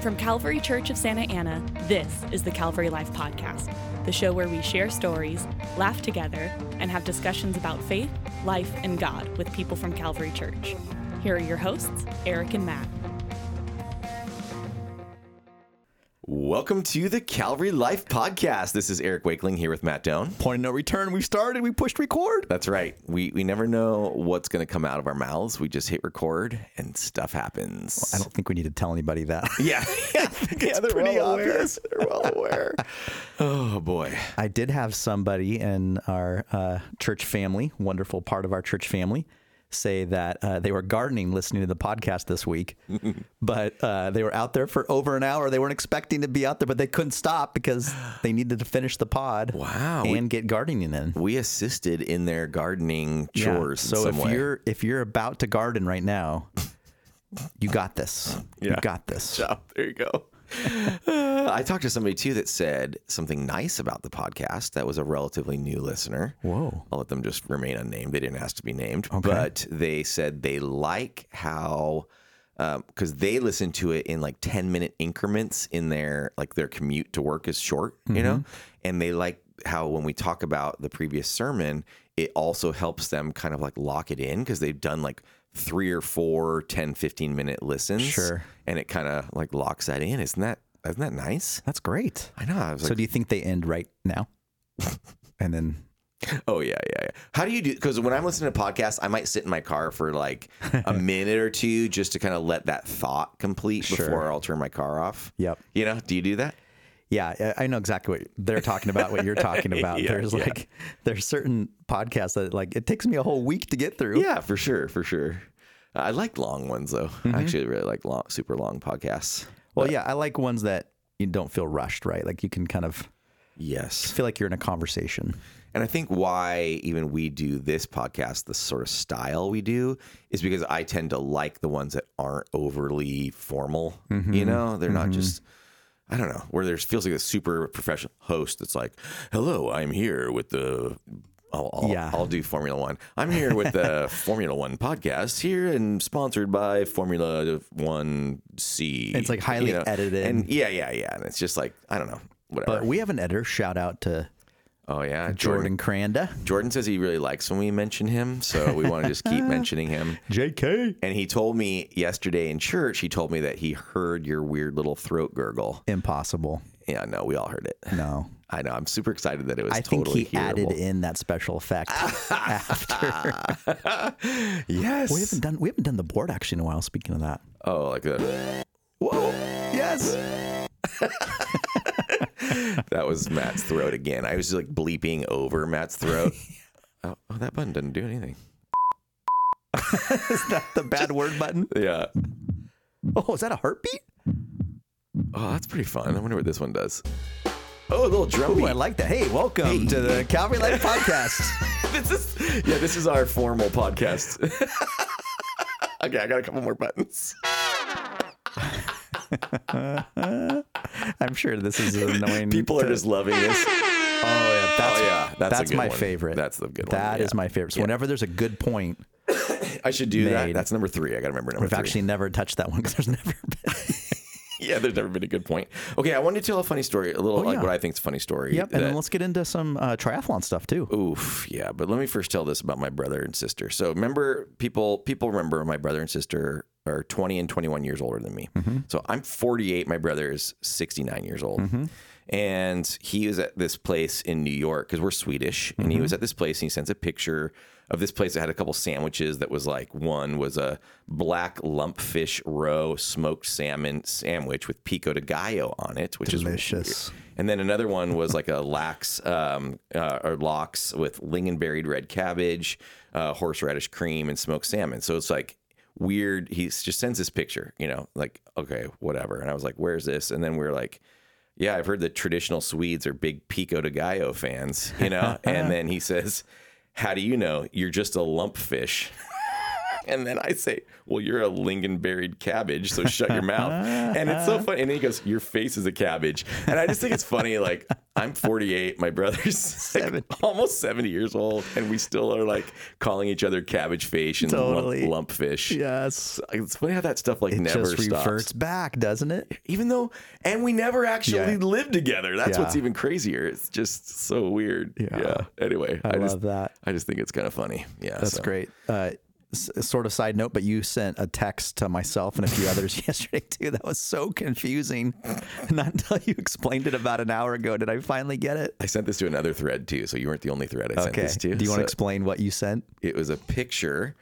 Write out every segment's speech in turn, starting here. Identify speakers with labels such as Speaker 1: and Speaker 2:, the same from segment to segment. Speaker 1: From Calvary Church of Santa Ana, this is the Calvary Life Podcast, the show where we share stories, laugh together, and have discussions about faith, life, and God with people from Calvary Church. Here are your hosts, Eric and Matt.
Speaker 2: Welcome to the Calvary Life Podcast. This is Eric Wakeling here with Matt Doan.
Speaker 3: Point of no return. We started. We pushed record.
Speaker 2: That's right. We we never know what's going to come out of our mouths. We just hit record and stuff happens.
Speaker 3: I don't think we need to tell anybody that.
Speaker 2: yeah. yeah,
Speaker 3: it's
Speaker 2: they're
Speaker 3: pretty
Speaker 2: well aware.
Speaker 3: obvious.
Speaker 2: They're well aware. oh boy.
Speaker 3: I did have somebody in our uh, church family, wonderful part of our church family, say that uh, they were gardening listening to the podcast this week, but uh, they were out there for over an hour. They weren't expecting to be out there, but they couldn't stop because they needed to finish the pod.
Speaker 2: Wow.
Speaker 3: And get gardening in.
Speaker 2: We assisted in their gardening chores.
Speaker 3: Yeah. So
Speaker 2: in some
Speaker 3: if
Speaker 2: way.
Speaker 3: you're if you're about to garden right now, you got this.
Speaker 2: Yeah.
Speaker 3: You got this.
Speaker 2: job. There you go. Uh, I talked to somebody too that said something nice about the podcast. That was a relatively new listener.
Speaker 3: Whoa.
Speaker 2: I'll let them just remain unnamed. They didn't ask to be named, but they said they like how because they listen to it in like 10 minute increments in their like their commute to work is short, you know, and they like how when we talk about the previous sermon, it also helps them kind of like lock it in because they've done like three or four 10 15 minute listens
Speaker 3: Sure.
Speaker 2: and it kind of like locks that in. Isn't that isn't that nice?
Speaker 3: That's great.
Speaker 2: I know. I was
Speaker 3: so
Speaker 2: like,
Speaker 3: do you think they end right now? and then
Speaker 2: oh yeah, yeah, yeah. How do you do? Because when I'm listening to podcasts, I might sit in my car for like a minute or two just to kind of let that thought complete before
Speaker 3: Sure.
Speaker 2: I'll turn my car off.
Speaker 3: Yep.
Speaker 2: You know? Do you do that?
Speaker 3: Yeah, I I know exactly what they're talking about, what you're talking about.
Speaker 2: Yeah,
Speaker 3: there's
Speaker 2: yeah.
Speaker 3: like there's certain podcasts that like it takes me a whole week to get through.
Speaker 2: Yeah, for sure, for sure. I like long ones though.
Speaker 3: Mm-hmm.
Speaker 2: I actually really like long, super long podcasts.
Speaker 3: Well, yeah, I like ones that you don't feel rushed, right? Like you can kind of
Speaker 2: Yes.
Speaker 3: feel like you're in a conversation.
Speaker 2: And I think why even we do this podcast, the sort of style we do, is because I tend to like the ones that aren't overly formal.
Speaker 3: Mm-hmm.
Speaker 2: You know, they're not just. I don't know where there's feels like a super professional host that's like, "Hello, I'm here with the." I'll, I'll,
Speaker 3: Yeah.
Speaker 2: I'll do Formula One. I'm here with the Formula One podcast here and sponsored by Formula One C.
Speaker 3: It's like highly edited.
Speaker 2: And yeah, yeah, yeah. And it's just like, I don't know, whatever.
Speaker 3: But we have an editor. Shout out to
Speaker 2: oh, yeah.
Speaker 3: Jordan Cranda.
Speaker 2: Jordan says he really likes when we mention him, so we want to just keep mentioning him.
Speaker 3: JK.
Speaker 2: And he told me yesterday in church, he told me that he heard your weird little throat gurgle.
Speaker 3: Impossible.
Speaker 2: Yeah, no, we all heard it.
Speaker 3: No.
Speaker 2: I know. I'm super excited that it was
Speaker 3: I
Speaker 2: totally
Speaker 3: think he added
Speaker 2: hearable. Ah.
Speaker 3: in that special effect after.
Speaker 2: Yes.
Speaker 3: we haven't done we haven't done the board actually in a while. Speaking of that,
Speaker 2: Oh, like that. Whoa. Yes. that was Matt's throat again. I was just like bleeping over Matt's throat. oh, oh, that button doesn't do anything.
Speaker 3: is that the bad word button?
Speaker 2: Yeah.
Speaker 3: Oh, is that a heartbeat?
Speaker 2: Oh, that's pretty fun. I wonder what this one does. Oh, a little drum
Speaker 3: Ooh,
Speaker 2: beat.
Speaker 3: I like that. Hey, welcome
Speaker 2: Hey.
Speaker 3: to the Calvary Life Podcast.
Speaker 2: this is yeah, this is our formal podcast. okay, I got a couple more buttons.
Speaker 3: I'm sure this is annoying.
Speaker 2: People are just loving this.
Speaker 3: Oh yeah, that's,
Speaker 2: Oh, yeah, that's a
Speaker 3: that's,
Speaker 2: good
Speaker 3: my
Speaker 2: one.
Speaker 3: favorite.
Speaker 2: That's the good one,
Speaker 3: That is
Speaker 2: yeah.
Speaker 3: my favorite. So whenever there's a good point,
Speaker 2: I should do that.
Speaker 3: Made.
Speaker 2: That's number three. I got to remember number
Speaker 3: we've
Speaker 2: three.
Speaker 3: actually never touched that one because there's never been.
Speaker 2: yeah, there's never been a good point. Okay, I wanted to tell a funny story, a little like
Speaker 3: Oh, yeah.
Speaker 2: what I think is a funny story.
Speaker 3: Yep.
Speaker 2: that-
Speaker 3: And then let's get into some uh, triathlon stuff too.
Speaker 2: Oof, yeah. But let me first tell this about my brother and sister. So remember, people people remember my brother and sister are 20 and 21 years older than me. So I'm 48. My brother is 69 years old. And he was at this place in New York because we're Swedish. And he was at this place and he sends a picture of this place that had a couple sandwiches that was like one was a black lumpfish roe smoked salmon sandwich with pico de gallo on it, which is
Speaker 3: Delicious.
Speaker 2: and then another one was like a lax um, uh, or lox with lingonberried red cabbage, uh, horseradish cream, and smoked salmon. So it's like weird. He just sends this picture, you know, like, okay, whatever. And I was like, where's this? And then we are like, yeah, I've heard the traditional Swedes are big Pico de Gallo fans, you know? and then he says, how do you know? You're just a lump fish. And then I say, "Well, you're a lingonberried cabbage, so shut your mouth." And it's so funny. And then he goes, "Your face is a cabbage," and I just think it's funny. Like I'm 48. My brother's like almost 70 years old, and we still are like calling each other cabbage fish and
Speaker 3: Totally.
Speaker 2: lump, lump fish.
Speaker 3: Yes.
Speaker 2: Like, It's funny how that stuff like never
Speaker 3: Just
Speaker 2: stops.
Speaker 3: reverts back, doesn't it?
Speaker 2: Even though, and we never actually
Speaker 3: Yeah.
Speaker 2: lived together. That's
Speaker 3: Yeah.
Speaker 2: what's even crazier. It's just so weird.
Speaker 3: Yeah.
Speaker 2: Anyway,
Speaker 3: I, love
Speaker 2: just
Speaker 3: that.
Speaker 2: I just think it's kind of funny. Yeah.
Speaker 3: That's great. Uh, s- sort of side note, but you sent a text to myself and a few others yesterday too. That was so confusing. Not until you explained it about an hour ago did I finally get it.
Speaker 2: I sent this to another thread too, so you weren't the only thread I sent
Speaker 3: Okay.
Speaker 2: this
Speaker 3: Do
Speaker 2: to.
Speaker 3: you want to
Speaker 2: So
Speaker 3: explain what you sent?
Speaker 2: It was a picture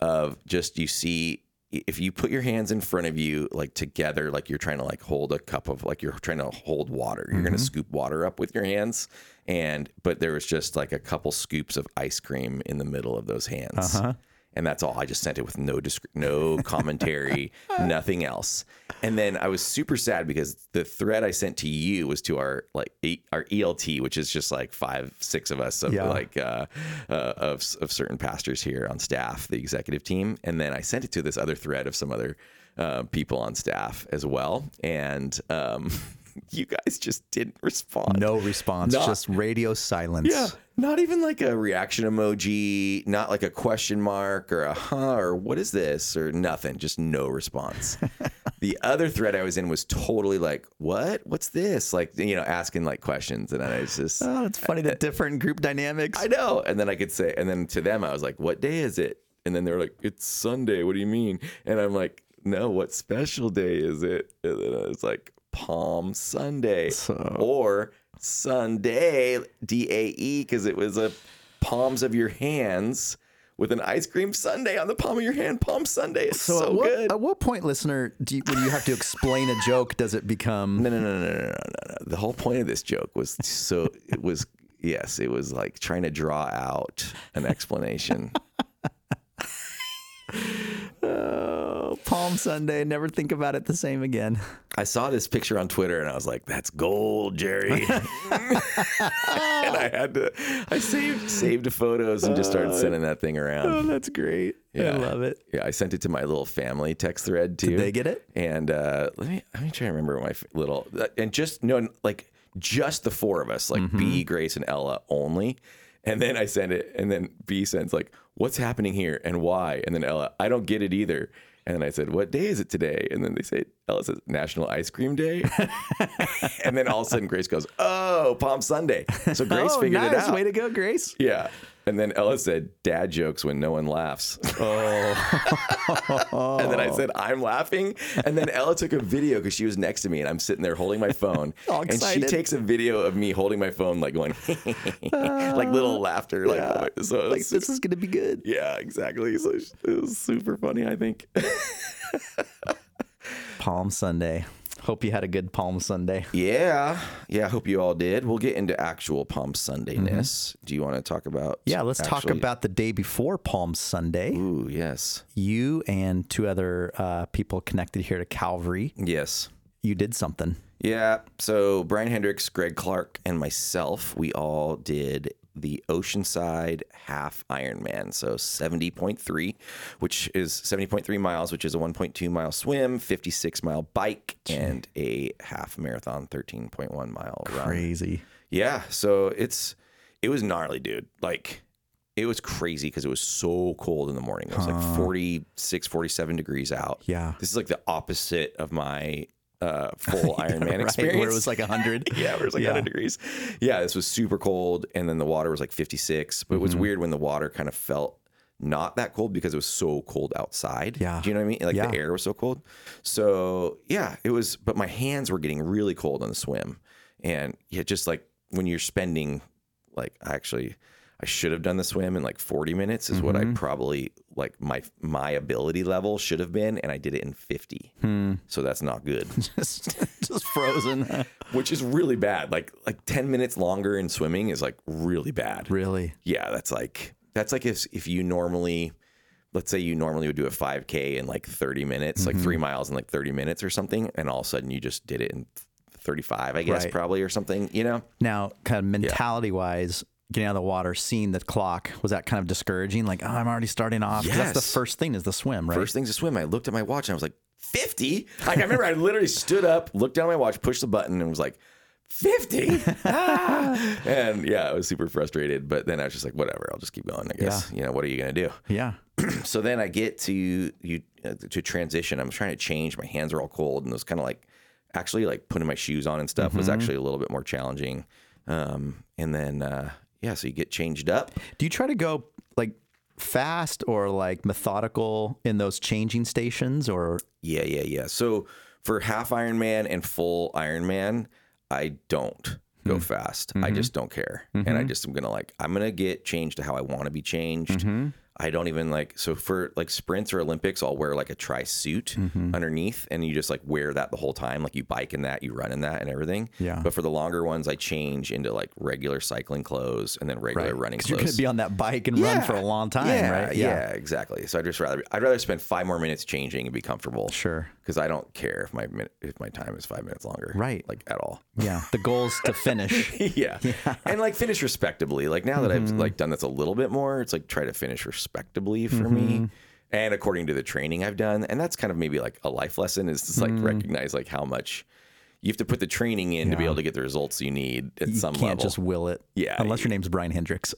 Speaker 2: of just you see if you put your hands in front of you like together, like you're trying to like hold a cup of like you're trying to hold water. You're gonna scoop water up with your hands, and but there was just like a couple scoops of ice cream in the middle of those hands. And that's all. I just sent it with no disc- no commentary, nothing else. And then I was super sad because the thread I sent to you was to our like e- our ELT, which is just like five, six of us of
Speaker 3: Yeah.
Speaker 2: like uh, uh, of of certain pastors here on staff, the executive team. And then I sent it to this other thread of some other uh, people on staff as well. And um, you guys just didn't respond.
Speaker 3: No response,
Speaker 2: Not-
Speaker 3: just radio silence.
Speaker 2: Yeah. Not even like a reaction emoji, not like a question mark or a huh or what is this or nothing, just no response. the other thread I was in was totally like, what? What's this? Like, you know, asking like questions. And I was just,
Speaker 3: Oh, it's funny the different group dynamics.
Speaker 2: I know. And then I could say, and then to them, I was like, what day is it? And then they're like, it's Sunday. What do you mean? And I'm like, no, what special day is it? And then I was like, Palm Sunday or Sunday, D A E, because it was a palms of your hands with an ice cream sundae on the palm of your hand. Palm Sunday is so,
Speaker 3: at what,
Speaker 2: good.
Speaker 3: At what point, listener, do you, when you have to explain a joke, does it become?
Speaker 2: No, no, no, no, no, no, no, no. The whole point of this joke was so it was yes, it was like trying to draw out an explanation.
Speaker 3: Oh, Palm Sunday, never think about it the same again.
Speaker 2: I saw this picture on Twitter and I was like, "That's gold, Jerry." and I had to, I saved saved photos and just started sending that thing around.
Speaker 3: Oh, that's great.
Speaker 2: Yeah.
Speaker 3: I love it.
Speaker 2: Yeah, I sent it to my little family text thread too.
Speaker 3: they get it?
Speaker 2: And uh, let me let me try to remember my f- little uh, and just no like just the four of us, like
Speaker 3: Mm-hmm.
Speaker 2: B, Grace, and Ella only. And then I send it, and then B sends like, "What's happening here and why?" And then Ella, I don't get it either. And then I said, "What day is it today?" And then they say, "Ella says National Ice Cream Day." and then all of a sudden, Grace goes, "Oh, Palm Sunday." So Grace
Speaker 3: oh,
Speaker 2: figured
Speaker 3: nice.
Speaker 2: it out.
Speaker 3: Way to go, Grace.
Speaker 2: Yeah. And then Ella said, dad jokes when no one laughs. Oh. and then I said, I'm laughing. And then Ella took a video because she was next to me and I'm sitting there holding my phone.
Speaker 3: All
Speaker 2: and she
Speaker 3: excited.
Speaker 2: takes a video of me holding my phone, like going, like little laughter. Like, so it
Speaker 3: Like
Speaker 2: was-
Speaker 3: this is gonna be good.
Speaker 2: yeah, exactly. So it was super funny, I think.
Speaker 3: Palm Sunday. Hope you had a good Palm Sunday.
Speaker 2: Yeah. Yeah. I hope you all did. We'll get into actual Palm Sundayness. Do you want to talk about?
Speaker 3: Yeah, let's talk
Speaker 2: actually-
Speaker 3: about the day before Palm Sunday.
Speaker 2: Ooh, yes.
Speaker 3: You and two other uh, people connected here to Calvary,
Speaker 2: Yes.
Speaker 3: you did something.
Speaker 2: Yeah. So Brian Hendricks, Greg Clark, and myself, we all did the Oceanside Half Ironman. So 70.3, which is 70.3 miles, which is a 1.2 mile swim, 56 mile bike, and a half marathon, 13.1 mile run.
Speaker 3: Crazy.
Speaker 2: Yeah, so it's it was gnarly, dude. Like it was crazy because it was so cold in the morning. It was like 46, 47 degrees out.
Speaker 3: Yeah.
Speaker 2: This is like the opposite of my uh full Ironman experience.
Speaker 3: Where it was like 100.
Speaker 2: yeah, it was like 100 degrees. Yeah, this was super cold and then the water was like 56, but it
Speaker 3: Mm-hmm.
Speaker 2: was weird when the water kind of felt not that cold because it was so cold outside.
Speaker 3: Yeah.
Speaker 2: Do you know what I mean? Like
Speaker 3: Yeah.
Speaker 2: the air was so cold. So yeah, it was, but my hands were getting really cold on the swim. And yeah, just like when you're spending, like actually, I should have done the swim in like 40 minutes is what I
Speaker 3: Mm-hmm.
Speaker 2: probably like my my ability level should have been, and I did it in 50.
Speaker 3: Hmm.
Speaker 2: So that's not good,
Speaker 3: just, just frozen.
Speaker 2: which is really bad. Like like 10 minutes longer in swimming is like really bad
Speaker 3: really?
Speaker 2: yeah, that's like that's like if if you normally let's say you normally would do a 5k in like 30 minutes, like 3 miles in like 30 minutes or something and all of a sudden you just did it in 35, I guess
Speaker 3: Right.
Speaker 2: probably or something, you know.
Speaker 3: Now, kind of mentality wise, getting out of the water, seeing the clock, was that kind of discouraging? Like, oh, I'm already starting off. 'Cause That's the
Speaker 2: Yes.
Speaker 3: first thing is the swim, right?
Speaker 2: First things to swim, I looked at my watch and I was like 50? Like I remember I literally stood up, looked down at my watch, pushed the button and was like 50 ah! and yeah i was super frustrated but then i was just like whatever i'll just keep going i guess you know what are you gonna do
Speaker 3: Yeah.
Speaker 2: so then I get to you uh, to transition. I'm trying to change. My hands are all cold, and it was kind of like actually like putting my shoes on and stuff was actually a little bit more challenging. Um, and then uh, yeah, so you get changed up.
Speaker 3: Do you try to go like fast or like methodical in those changing stations or
Speaker 2: Yeah, yeah, yeah. So for half Ironman and full Ironman, I don't go fast. I just don't care. And I just am going to like, I'm going to get changed to how I want to be changed. I don't even like, so for like sprints or Olympics, I'll wear like a tri suit underneath and you just like wear that the whole time. Like you bike in that, you run in that and everything.
Speaker 3: Yeah.
Speaker 2: But for the longer ones, I change into like regular cycling clothes and then regular running
Speaker 3: because
Speaker 2: clothes.
Speaker 3: you're going to be on that bike and run for a long time,
Speaker 2: Yeah,
Speaker 3: right?
Speaker 2: Yeah. exactly. So I would just rather I'd rather spend five more minutes changing and be comfortable.
Speaker 3: Sure.
Speaker 2: Because I don't care if my min- if my time is five minutes longer.
Speaker 3: Right.
Speaker 2: Like at all.
Speaker 3: Yeah. The goal's to finish.
Speaker 2: yeah. And like finish respectably. Like now that
Speaker 3: Mm-hmm.
Speaker 2: I've like done this a little bit more, it's like try to finish respectably for
Speaker 3: Mm-hmm.
Speaker 2: me. And according to the training I've done, and that's kind of maybe like a life lesson is just
Speaker 3: Mm.
Speaker 2: like recognize like how much you have to put the training in to be able to get the results you need at
Speaker 3: you
Speaker 2: some
Speaker 3: can't
Speaker 2: level.
Speaker 3: just will it.
Speaker 2: Yeah,
Speaker 3: Unless your name's Brian Hendricks.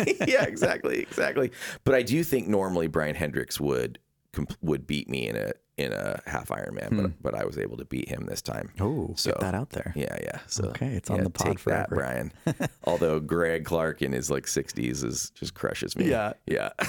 Speaker 2: yeah, exactly, exactly. But I do think normally Brian Hendricks would comp- would beat me in a in a half Ironman, but but I was able to beat him this time.
Speaker 3: oh,
Speaker 2: So-
Speaker 3: get that out there.
Speaker 2: Yeah, yeah. So
Speaker 3: Okay, it's on
Speaker 2: yeah,
Speaker 3: the pod
Speaker 2: take that,
Speaker 3: forever.
Speaker 2: Brian. Although Greg Clark in his like sixties is just crushes me.
Speaker 3: Yeah.
Speaker 2: yeah.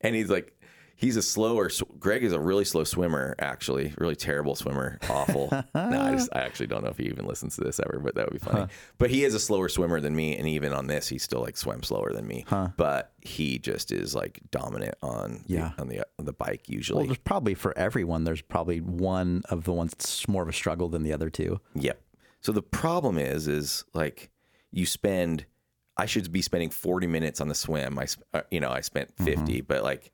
Speaker 2: and he's like, he's a slower. sw- Greg is a really slow swimmer, actually, really terrible swimmer, awful. no, I just I actually don't know if he even listens to this ever, but that would be funny. But he is a slower swimmer than me, and even on this, he still like swam slower than me. But he just is like dominant on
Speaker 3: Yeah.
Speaker 2: the, on the on the bike
Speaker 3: Well,
Speaker 2: usually.
Speaker 3: there's probably for everyone, there's probably one of the ones that's more of a struggle than the other two.
Speaker 2: Yep. So the problem is, is like you spend, I should be spending 40 minutes on the swim. I, sp- uh, you know, I spent
Speaker 3: Mm-hmm.
Speaker 2: 50, but like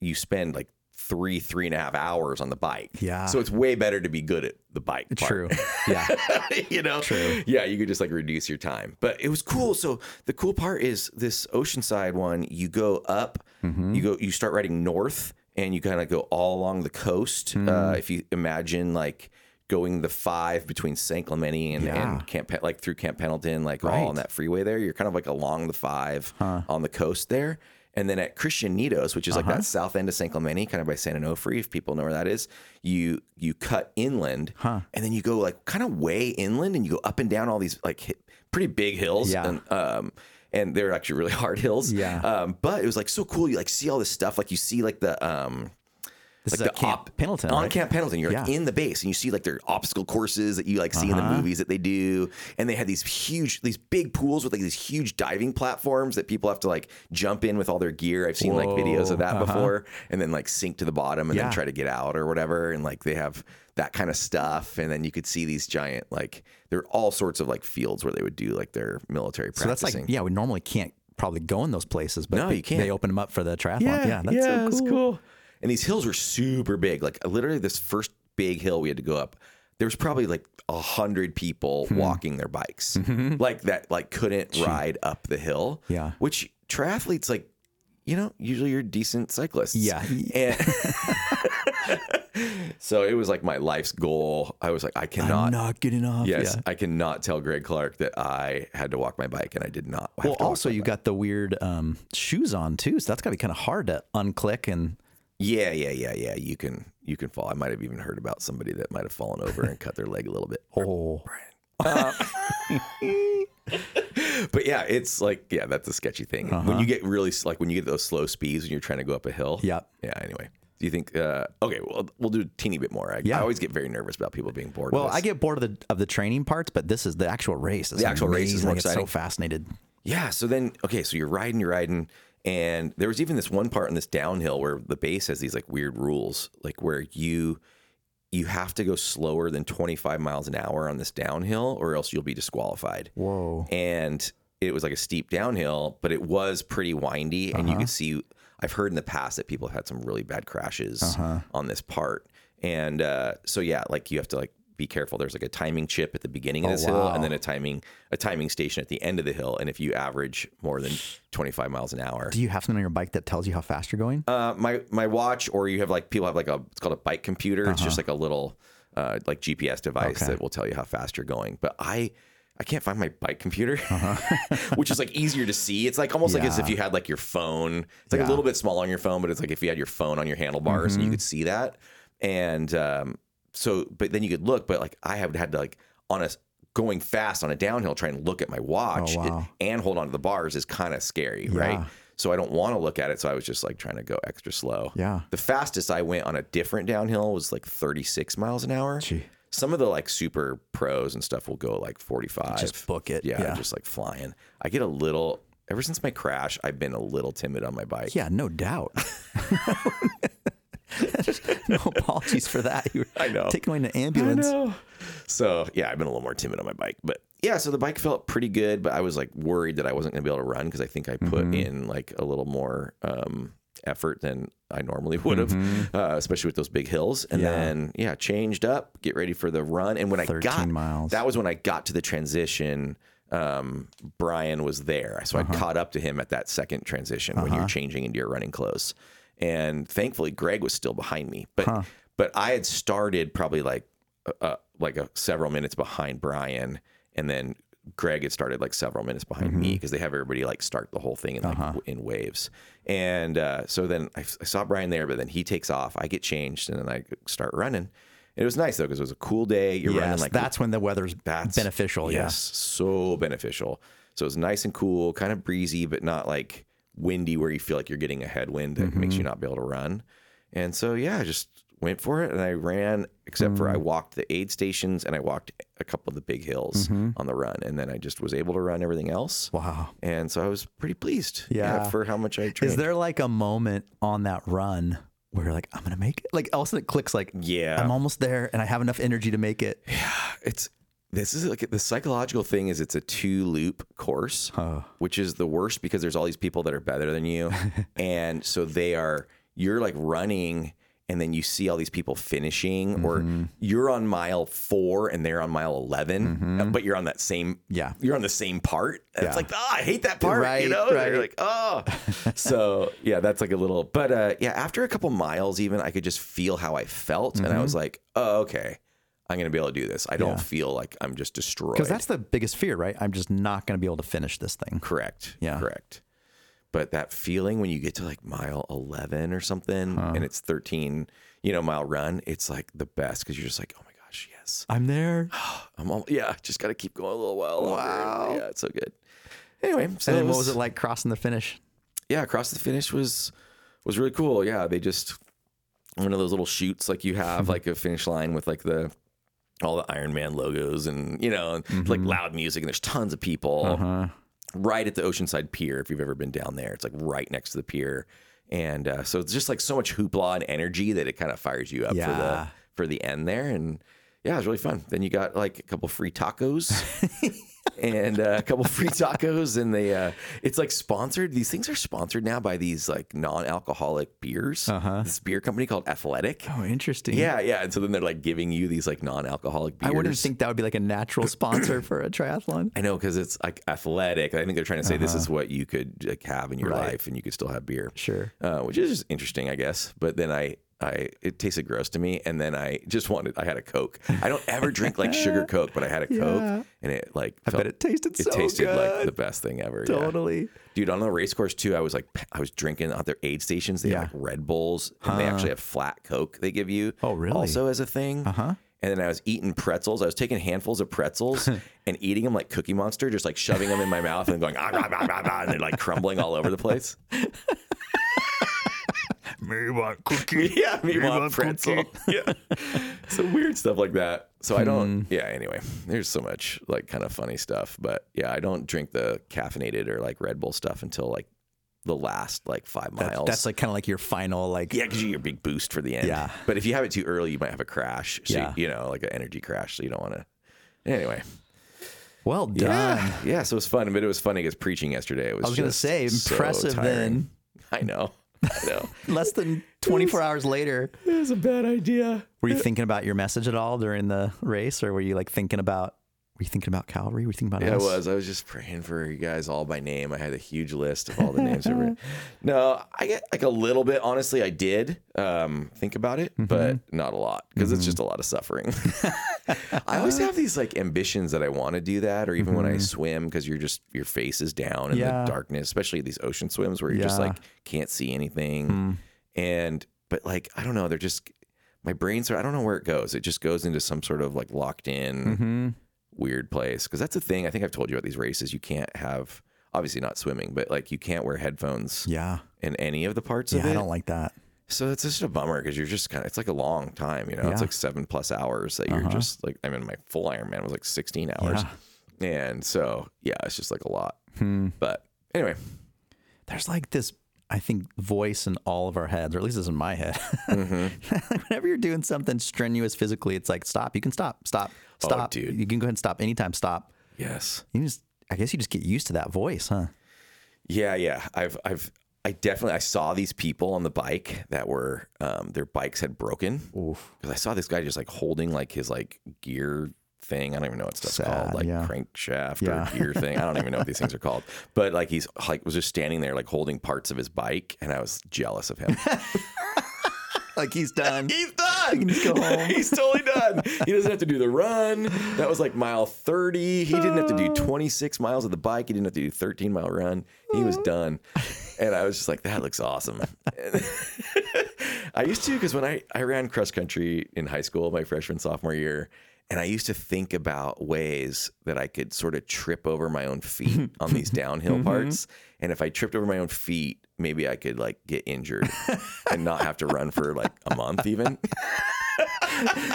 Speaker 2: you spend like three, three and a half hours on the bike.
Speaker 3: Yeah.
Speaker 2: So it's way better to be good at the bike. part.
Speaker 3: True. Yeah.
Speaker 2: you know? True. Yeah, you could just like reduce your time. But it was cool. So the cool part is this Oceanside one, you go up, you go you start riding north and you kind of go all along the coast. Uh, if you imagine like going the five between San Clemente and,
Speaker 3: Yeah.
Speaker 2: and Camp Pe- like through Camp Pendleton, like all on that freeway there, you're kind of like along the five on the coast there. And then at Christian Nidos, which is like
Speaker 3: Uh-huh.
Speaker 2: that south end of San Clemente, kind of by San Onofre, if people know where that is, you you cut inland, and then you go like kind of way inland, and you go up and down all these like hi- pretty big hills,
Speaker 3: Yeah.
Speaker 2: and um, and they're actually really hard hills,
Speaker 3: Yeah.
Speaker 2: Um, but it was like so cool. You like see all this stuff, like you see like the um,
Speaker 3: This
Speaker 2: like
Speaker 3: is at Camp
Speaker 2: op-
Speaker 3: Pendleton.
Speaker 2: on
Speaker 3: right?
Speaker 2: Camp Pendleton. You're like
Speaker 3: Yeah. Uh-huh.
Speaker 2: in the base, and you see like their obstacle courses that you like see in the movies that they do, and they had these huge, these big pools with like these huge diving platforms that people have to like jump in with all their gear. I've seen like videos of that before, and then like sink to the bottom and
Speaker 3: Uh-huh. Yeah.
Speaker 2: then try to get out or whatever, and like they have that kind of stuff, and then you could see these giant like there are all sorts of like fields where they would do like their military
Speaker 3: So that's
Speaker 2: practicing.
Speaker 3: like, yeah, we normally can't probably go in those places, but
Speaker 2: No,
Speaker 3: they,
Speaker 2: you can't.
Speaker 3: they open them up for the triathlon. Yeah, that's so
Speaker 2: it's
Speaker 3: cool.
Speaker 2: And these hills are super big. Like uh, literally, this first big hill we had to go up, there was probably like a hundred people
Speaker 3: Hmm.
Speaker 2: walking their bikes, like that, like couldn't ride up the hill.
Speaker 3: Mm-hmm. Yeah.
Speaker 2: which triathletes like, you know, usually you're decent cyclists.
Speaker 3: Yeah.
Speaker 2: and. So it was like my life's goal. I was like, I cannot.
Speaker 3: Not good enough.
Speaker 2: yes, I cannot tell Greg Clark that I had to walk my bike, and I did not. Have
Speaker 3: Well,
Speaker 2: to walk
Speaker 3: also
Speaker 2: my
Speaker 3: you
Speaker 2: bike.
Speaker 3: got the weird um, shoes on too, so that's got to be kind of hard to unclick and
Speaker 2: Yeah, yeah, yeah, yeah. You can you can fall. I might have even heard about somebody that might have fallen over and cut their leg a little bit.
Speaker 3: oh,
Speaker 2: But yeah, it's like yeah, that's a sketchy thing.
Speaker 3: Uh-huh.
Speaker 2: When you get really s- like when you get those slow speeds when you're trying to go up a hill.
Speaker 3: Yep.
Speaker 2: Yeah. Anyway, do you think? Uh, okay, well, we'll do a teeny bit more. I, I
Speaker 3: Yeah.
Speaker 2: always get very nervous about people being bored.
Speaker 3: Well,
Speaker 2: of this.
Speaker 3: I get bored of the of the training parts, but this is the actual race. It's
Speaker 2: The actual race is
Speaker 3: amazing.
Speaker 2: more
Speaker 3: I get
Speaker 2: exciting.
Speaker 3: So fascinated.
Speaker 2: Yeah. So then, okay, so you're riding, you're riding, and there was even this one part in this downhill where the base has these like weird rules, like where you you have to go slower than 25 miles an hour on this downhill, or else you'll be disqualified.
Speaker 3: Whoa.
Speaker 2: And it was like a steep downhill, but it was pretty windy, and you could see. I've heard in the past that people have had some really bad crashes on this part, and uh, so yeah, like you have to like be careful. There's like a timing chip at the beginning of this hill, and then a timing a timing station at the end of the hill. And if you average more than 25 miles an hour,
Speaker 3: Do you have something on your bike that tells you how fast you're going?
Speaker 2: uh, my my watch or you have like people have like a it's called a bike computer. It's just like a little uh, like GPS device that will tell you how fast you're going. But I I can't find my bike computer, which is like easier to see. It's like almost like as if you had like your phone. It's like a little bit small on your phone, but it's like if you had your phone on your handlebars and you could see that. And um, so, but then you could look. But like I have had to like on a going fast on a downhill, try and look at my watch
Speaker 3: wow.
Speaker 2: and hold onto the bars is kind of scary, right? So I don't want to look at it. So I was just like trying to go extra slow.
Speaker 3: Yeah.
Speaker 2: The fastest I went on a different downhill was like 36 miles an hour.
Speaker 3: Gee.
Speaker 2: Some of the like super pros and stuff will go like 45.
Speaker 3: Just book it.
Speaker 2: yeah,
Speaker 3: Yeah.
Speaker 2: just like flying. I get a little. Ever since my crash, I've been a little timid on my bike.
Speaker 3: Yeah, no doubt. no apologies for that. You were
Speaker 2: I know.
Speaker 3: taking away an ambulance.
Speaker 2: So yeah, I've been a little more timid on my bike, but yeah, so the bike felt pretty good, but I was like worried that I wasn't going to be able to run because I think I put
Speaker 3: Mm-hmm.
Speaker 2: in like a little more um, effort than I normally would have, uh, especially with those big hills. And
Speaker 3: Mm-hmm. Yeah.
Speaker 2: then yeah, changed up, get ready for the run, and when I
Speaker 3: 13
Speaker 2: got
Speaker 3: miles.
Speaker 2: that was when I got to the transition. Um, Brian was there, so
Speaker 3: Uh-huh.
Speaker 2: I caught up to him at that second transition when you're changing into your running clothes. And thankfully, Greg was still behind me, but but I had started probably like uh, like a, several minutes behind Brian, and then Greg had started like several minutes behind
Speaker 3: Mm-hmm.
Speaker 2: me because they have everybody like start the whole thing in like
Speaker 3: Uh-huh.
Speaker 2: w- in waves. And uh, so then I, I saw Brian there, but then he takes off. I get changed, and then I start running. It was nice though because it was a cool day. You're running
Speaker 3: Yes,
Speaker 2: like
Speaker 3: that's when the weather's
Speaker 2: that's
Speaker 3: beneficial.
Speaker 2: Yes, so beneficial. So it's nice and cool, kind of breezy, but not like windy where you feel like you're getting a headwind that makes
Speaker 3: Mm-hmm.
Speaker 2: you not be able to run. And so yeah, I just went for it and I ran. Except for I
Speaker 3: Mm.
Speaker 2: walked the aid stations and I walked a couple of the big hills
Speaker 3: Mm-hmm.
Speaker 2: on the run, and then I just was able to run everything else.
Speaker 3: Yeah. Wow.
Speaker 2: And so I was pretty pleased.
Speaker 3: Yeah.
Speaker 2: for how much I trained.
Speaker 3: Is there like a moment on that run where you're like, I'm gonna make it? Like all of a sudden it clicks like
Speaker 2: Yeah.
Speaker 3: I'm almost there and I have enough energy to make it.
Speaker 2: it's this is like the psychological thing is it's a two loop course, which is the worst because there's all these people that are better than you, and so they are you're like running. And then you see all these people finishing, or you're on mile four and they're on mile 11 but you're on that same
Speaker 3: Yeah.
Speaker 2: you're on the same part. And It's
Speaker 3: Yeah.
Speaker 2: like, oh, I hate that part.
Speaker 3: Right,
Speaker 2: you know, And
Speaker 3: right.
Speaker 2: you're like, oh. so yeah, that's like a little. But uh, yeah, after a couple miles, even I could just feel how I felt, and I
Speaker 3: Mm-hmm.
Speaker 2: was like, oh, okay, I'm gonna be able to do this. I don't feel like I'm just destroyed.
Speaker 3: Because that's the biggest fear, right? I'm just not gonna be able to finish this thing.
Speaker 2: correct.
Speaker 3: Yeah.
Speaker 2: correct. But that feeling when you get to like mile 11 or something, and it's 13, you know, mile run, it's like the best because you're just like, oh my gosh, yes,
Speaker 3: I'm there.
Speaker 2: I'm all yeah, just gotta keep going a little while. longer.
Speaker 3: Wow.
Speaker 2: yeah, it's so good. Anyway, so
Speaker 3: and
Speaker 2: it
Speaker 3: then what was it like crossing the finish?
Speaker 2: yeah, across the finish was was really cool. Yeah, they just one of those little shoots like you have like a finish line with like the all the Iron Man logos and you know and like loud music and there's tons of people right at the Oceanside Pier if you've ever been down there. It's like right next to the pier, and uh, so it's just like so much hoopla and energy that it kind of fires you up for
Speaker 3: Yeah.
Speaker 2: the for the end there and. Yeah, it was really fun. Then you got like a couple free tacos and uh, a couple free tacos and they uh, it's like sponsored these things are sponsored now by these like non-alcoholic beers this beer company called athletic
Speaker 3: Uh-huh. Oh, interesting.
Speaker 2: yeah yeah and so then they're like giving you these like non-alcoholic beers
Speaker 3: I wouldn't think that would be like a natural sponsor for a triathlon.
Speaker 2: I know because it's like athletic. I think they're trying to say this is what you could like, have in your
Speaker 3: Uh-huh. Right.
Speaker 2: life, and you could still have beer.
Speaker 3: Sure.
Speaker 2: uh, which is just interesting, I guess. But then I, I it tasted gross to me, and then I just wanted. I had a Coke. I don't ever drink like sugar Coke, but I had a
Speaker 3: Yeah.
Speaker 2: Coke, and it like I
Speaker 3: bet it tasted so
Speaker 2: tasted like
Speaker 3: good.
Speaker 2: the best thing ever. yeah.
Speaker 3: Totally.
Speaker 2: Dude, on the race course too, I was like, I was drinking at their aid stations. They have
Speaker 3: Yeah.
Speaker 2: like Red Bulls, and they actually have flat Coke they give you.
Speaker 3: Oh, really? Uh-huh.
Speaker 2: Also as a thing. Uh huh. And then I was eating pretzels. I was taking handfuls of pretzels and eating them like Cookie Monster, just like shoving them in my mouth and going, ah, ah, ah, ah, ah, and they're like crumbling all over the place.
Speaker 3: Me want cookie.
Speaker 2: Yeah, me
Speaker 3: want
Speaker 2: want pretzel. yeah. So weird stuff like that. So I don't, yeah, anyway, there's so much like kind of funny stuff. But yeah, I don't drink the caffeinated or like Red Bull stuff until like the last like five miles.
Speaker 3: That's like kind of like your final like
Speaker 2: Yeah, because you get your big boost for the end.
Speaker 3: Yeah.
Speaker 2: But if you have it too early, you might have a crash. So,
Speaker 3: Yeah.
Speaker 2: you know, like an energy crash. So you don't want to. Anyway.
Speaker 3: well done.
Speaker 2: Yeah. So it was fun. But it was funny because preaching yesterday was
Speaker 3: I was gonna
Speaker 2: just
Speaker 3: say,
Speaker 2: so
Speaker 3: impressive
Speaker 2: tiring. I know. I know.
Speaker 3: Less than 24 hours later.
Speaker 2: it was a bad idea.
Speaker 3: Were you thinking about your message at all during the race, or were you like thinking about? you thinking about Calvary? Were you thinking about
Speaker 2: Yeah, I
Speaker 3: us?
Speaker 2: was. I was just praying for you guys all by name. I had a huge list of all the names. Ever. No, I get like a little bit. Honestly, I did um, think about it,
Speaker 3: Mm-hmm.
Speaker 2: but not a lot because it's just a lot of suffering. I always have these like ambitions that I want to do that, or even when I swim because you're just your face is down in
Speaker 3: Mm-hmm. Yeah.
Speaker 2: the darkness, especially these ocean swims where you're just
Speaker 3: Yeah. Hmm.
Speaker 2: like can't see anything. And but like I don't know, they're just my brain's I don't know where it goes. It just goes into some sort of like locked in
Speaker 3: Mm-hmm.
Speaker 2: weird place because that's the thing. I think I've told you about these races. You can't have obviously not swimming, but like you can't wear headphones
Speaker 3: Yeah.
Speaker 2: in any of the parts of
Speaker 3: Yeah,
Speaker 2: it.
Speaker 3: I don't like that.
Speaker 2: So it's just a bummer because you're just kind of it's like a long time. You know,
Speaker 3: Yeah. Uh-huh.
Speaker 2: it's like seven plus hours that you're just like. I mean, my full Ironman was like 16 hours, and so yeah, it's just like a lot.
Speaker 3: Hmm.
Speaker 2: But anyway,
Speaker 3: There's like this, I think, voice in all of our heads, or at least it's in my head. Whenever you're doing something strenuous physically, it's like, stop. You can stop, stop, stop.
Speaker 2: dude.
Speaker 3: You can go ahead and stop anytime, stop.
Speaker 2: yes,
Speaker 3: You just, I guess you just get used to that voice, huh?
Speaker 2: Yeah, yeah. I've I've I definitely I saw these people on the bike that were um their bikes had broken. Because I saw this guy just like holding like his like gear thing. I don't even know what stuff's
Speaker 3: Sad,
Speaker 2: called, like
Speaker 3: yeah.
Speaker 2: crankshaft
Speaker 3: Yeah.
Speaker 2: or gear thing. I don't even know what these things are called. But like he's like was just standing there like holding parts of his bike and I was jealous of him.
Speaker 3: Like he's done.
Speaker 2: He's done.
Speaker 3: just go home.
Speaker 2: He's totally done. He doesn't have to do the run. That was like mile 30. He didn't have to do 26 miles of the bike. He didn't have to do 13 mile run. He was done. And I was just like, that looks awesome. I used to, because when I, I ran cross country in high school, my freshman, sophomore year, and I used to think about ways that I could sort of trip over my own feet on these downhill parts. And if I tripped over my own feet, maybe I could like get injured and not have to run for like a month even.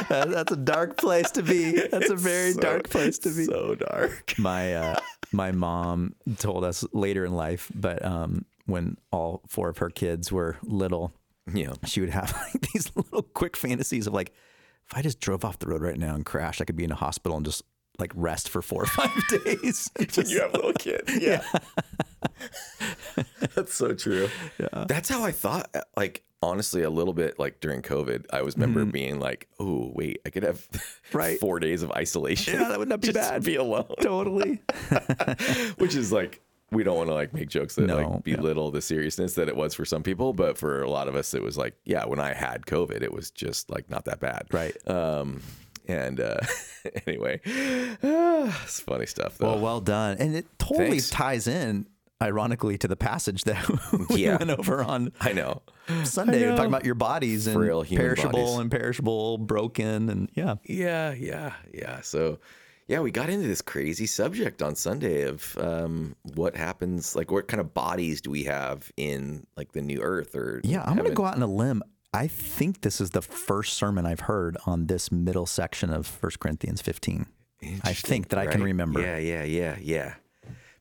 Speaker 3: That- That's a dark place to be. That's a very
Speaker 2: So-
Speaker 3: dark place to be.
Speaker 2: So dark.
Speaker 3: my uh, my mom told us later in life, but um, when all four of her kids were little,
Speaker 2: Yeah.
Speaker 3: she would have like these little quick fantasies of like, if I just drove off the road right now and crashed, I could be in a hospital and just like rest for four or five days. Just-
Speaker 2: You have little kids. Yeah. That's so true. Yeah. That's how I thought. uh, Like, honestly, a little bit like during COVID, I was remember being like, oh, wait, I could have
Speaker 3: Mm-hmm. Right.
Speaker 2: four days of isolation.
Speaker 3: Yeah, that would not be
Speaker 2: Just
Speaker 3: bad.
Speaker 2: Be alone.
Speaker 3: totally.
Speaker 2: Which is like, we don't want to like make jokes that
Speaker 3: No,
Speaker 2: like belittle the seriousness that it was for some people, but for a lot of us, it was like, yeah, when I had COVID, it was just like not that bad,
Speaker 3: Right.
Speaker 2: Um, and uh, anyway, ah, it's funny stuff though.
Speaker 3: Well, well done. And it totally
Speaker 2: Thanks.
Speaker 3: ties in, ironically, to the passage that we
Speaker 2: Yeah.
Speaker 3: went over on
Speaker 2: I know.
Speaker 3: Sunday. We were
Speaker 2: know.
Speaker 3: talking about your bodies and
Speaker 2: Frail human
Speaker 3: perishable,
Speaker 2: bodies.
Speaker 3: imperishable, broken, and yeah.
Speaker 2: Yeah, yeah, yeah. So, yeah, we got into this crazy subject on Sunday of um, what happens, like what kind of bodies do we have in like the new earth or
Speaker 3: Yeah, I'm going to go out on a limb. I think this is the first sermon I've heard on this middle section of 1 Corinthians 15. I think that I can
Speaker 2: right?
Speaker 3: remember.
Speaker 2: Yeah, yeah, yeah, yeah.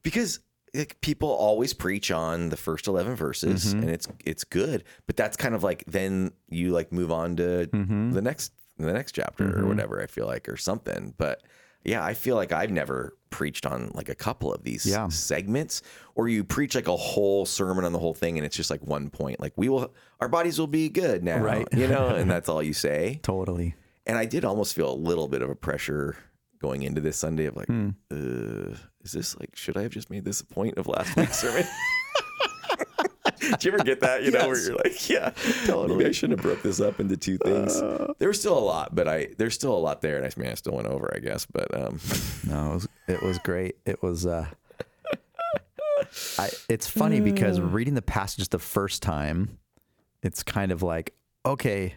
Speaker 2: Because like, people always preach on the first eleven verses,
Speaker 3: Mm-hmm.
Speaker 2: and it's it's good, but that's kind of like then you like move on to
Speaker 3: Mm-hmm.
Speaker 2: the next the next chapter or whatever. I feel like or something, but. Yeah, I feel like I've never preached on like a couple of these
Speaker 3: Yeah.
Speaker 2: segments, or you preach like a whole sermon on the whole thing, and it's just like one point. Like we will, our bodies will be good now,
Speaker 3: Right.
Speaker 2: You know, and that's all you say
Speaker 3: Totally.
Speaker 2: and I did almost feel a little bit of a pressure going into this Sunday of like, uh, is this like, should I have just made this a point of last week's sermon? Did you ever get that? You know, where
Speaker 3: Yes.
Speaker 2: you're like, yeah, Uh. maybe I shouldn't have broke this up into two things. there was still a lot, but I there's still a lot there, and I mean, I still went over, I guess. But um,
Speaker 3: No, it was, it was great. It was. Uh, I, it's funny because
Speaker 2: Mm.
Speaker 3: reading the passage the first time, it's kind of like, okay,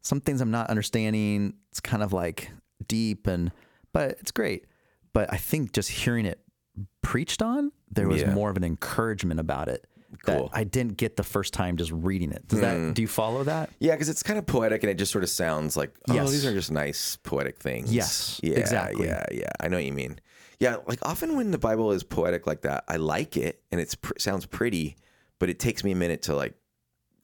Speaker 3: some things I'm not understanding. It's kind of like deep and, but it's great. But I think just hearing it preached on, there was
Speaker 2: Yeah.
Speaker 3: more of an encouragement about it
Speaker 2: Cool. Mm.
Speaker 3: that I didn't get the first time just reading it. Does that? Do you follow that?
Speaker 2: yeah, because it's kind of poetic, and it just sort of sounds like, oh,
Speaker 3: Yes.
Speaker 2: these are just nice poetic things.
Speaker 3: Yes,
Speaker 2: yeah,
Speaker 3: exactly.
Speaker 2: Yeah, yeah, I know what you mean. Yeah, like often when the Bible is poetic like that, I like it, and it's pr- sounds pretty, but it takes me a minute to like,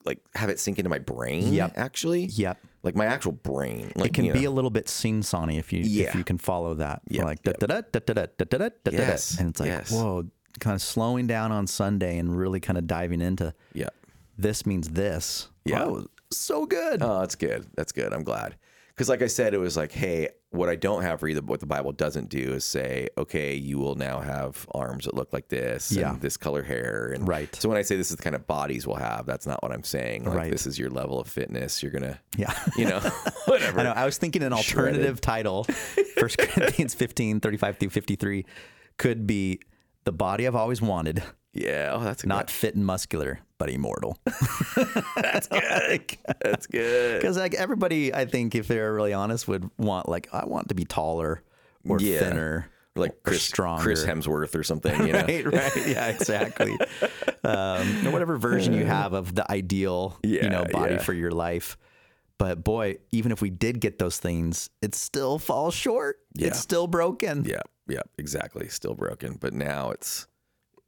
Speaker 2: like have it sink into my brain.
Speaker 3: Yep.
Speaker 2: actually,
Speaker 3: Yep.
Speaker 2: like my actual brain. Like
Speaker 3: It can
Speaker 2: you
Speaker 3: be
Speaker 2: know.
Speaker 3: a little bit sing-songy if you if
Speaker 2: Yeah.
Speaker 3: you can follow that.
Speaker 2: Yep,
Speaker 3: Like da da da da da da da da da da.
Speaker 2: Yes,
Speaker 3: And it's like,
Speaker 2: yes.
Speaker 3: whoa, kind of slowing down on Sunday and really kind of diving into
Speaker 2: yeah.
Speaker 3: this means this.
Speaker 2: Yeah. Uh,
Speaker 3: Oh, so good.
Speaker 2: Oh, that's good. That's good. I'm glad. because like I said, it was like, hey, what I don't have for you, what the Bible doesn't do is say, okay, you will now have arms that look like this,
Speaker 3: Yeah.
Speaker 2: and this color hair, and
Speaker 3: Right.
Speaker 2: So when I say this is the kind of bodies we'll have, that's not what I'm saying. Like
Speaker 3: Right.
Speaker 2: this is your level of fitness. You're gonna,
Speaker 3: Yeah.
Speaker 2: you know, whatever.
Speaker 3: I know. I was thinking an alternative title, First Corinthians 15, 35 through 53, could be The Body I've Always Wanted,
Speaker 2: Yeah, oh, that's a
Speaker 3: Not Fit and Muscular, but Immortal.
Speaker 2: good. that's good.
Speaker 3: Because, like, everybody, I think, if they're really honest, would want, like, I want to be taller or
Speaker 2: Yeah.
Speaker 3: thinner.
Speaker 2: Like Chris,
Speaker 3: stronger.
Speaker 2: Chris Hemsworth or something. You know,
Speaker 3: Right, right. Yeah, exactly. um, or whatever version you have of the ideal, you
Speaker 2: Yeah,
Speaker 3: know, body
Speaker 2: yeah.
Speaker 3: for your life. But boy, even if we did get those things, it still falls short.
Speaker 2: Yeah.
Speaker 3: It's still broken.
Speaker 2: Yeah, yeah, exactly. Still broken, but now it's,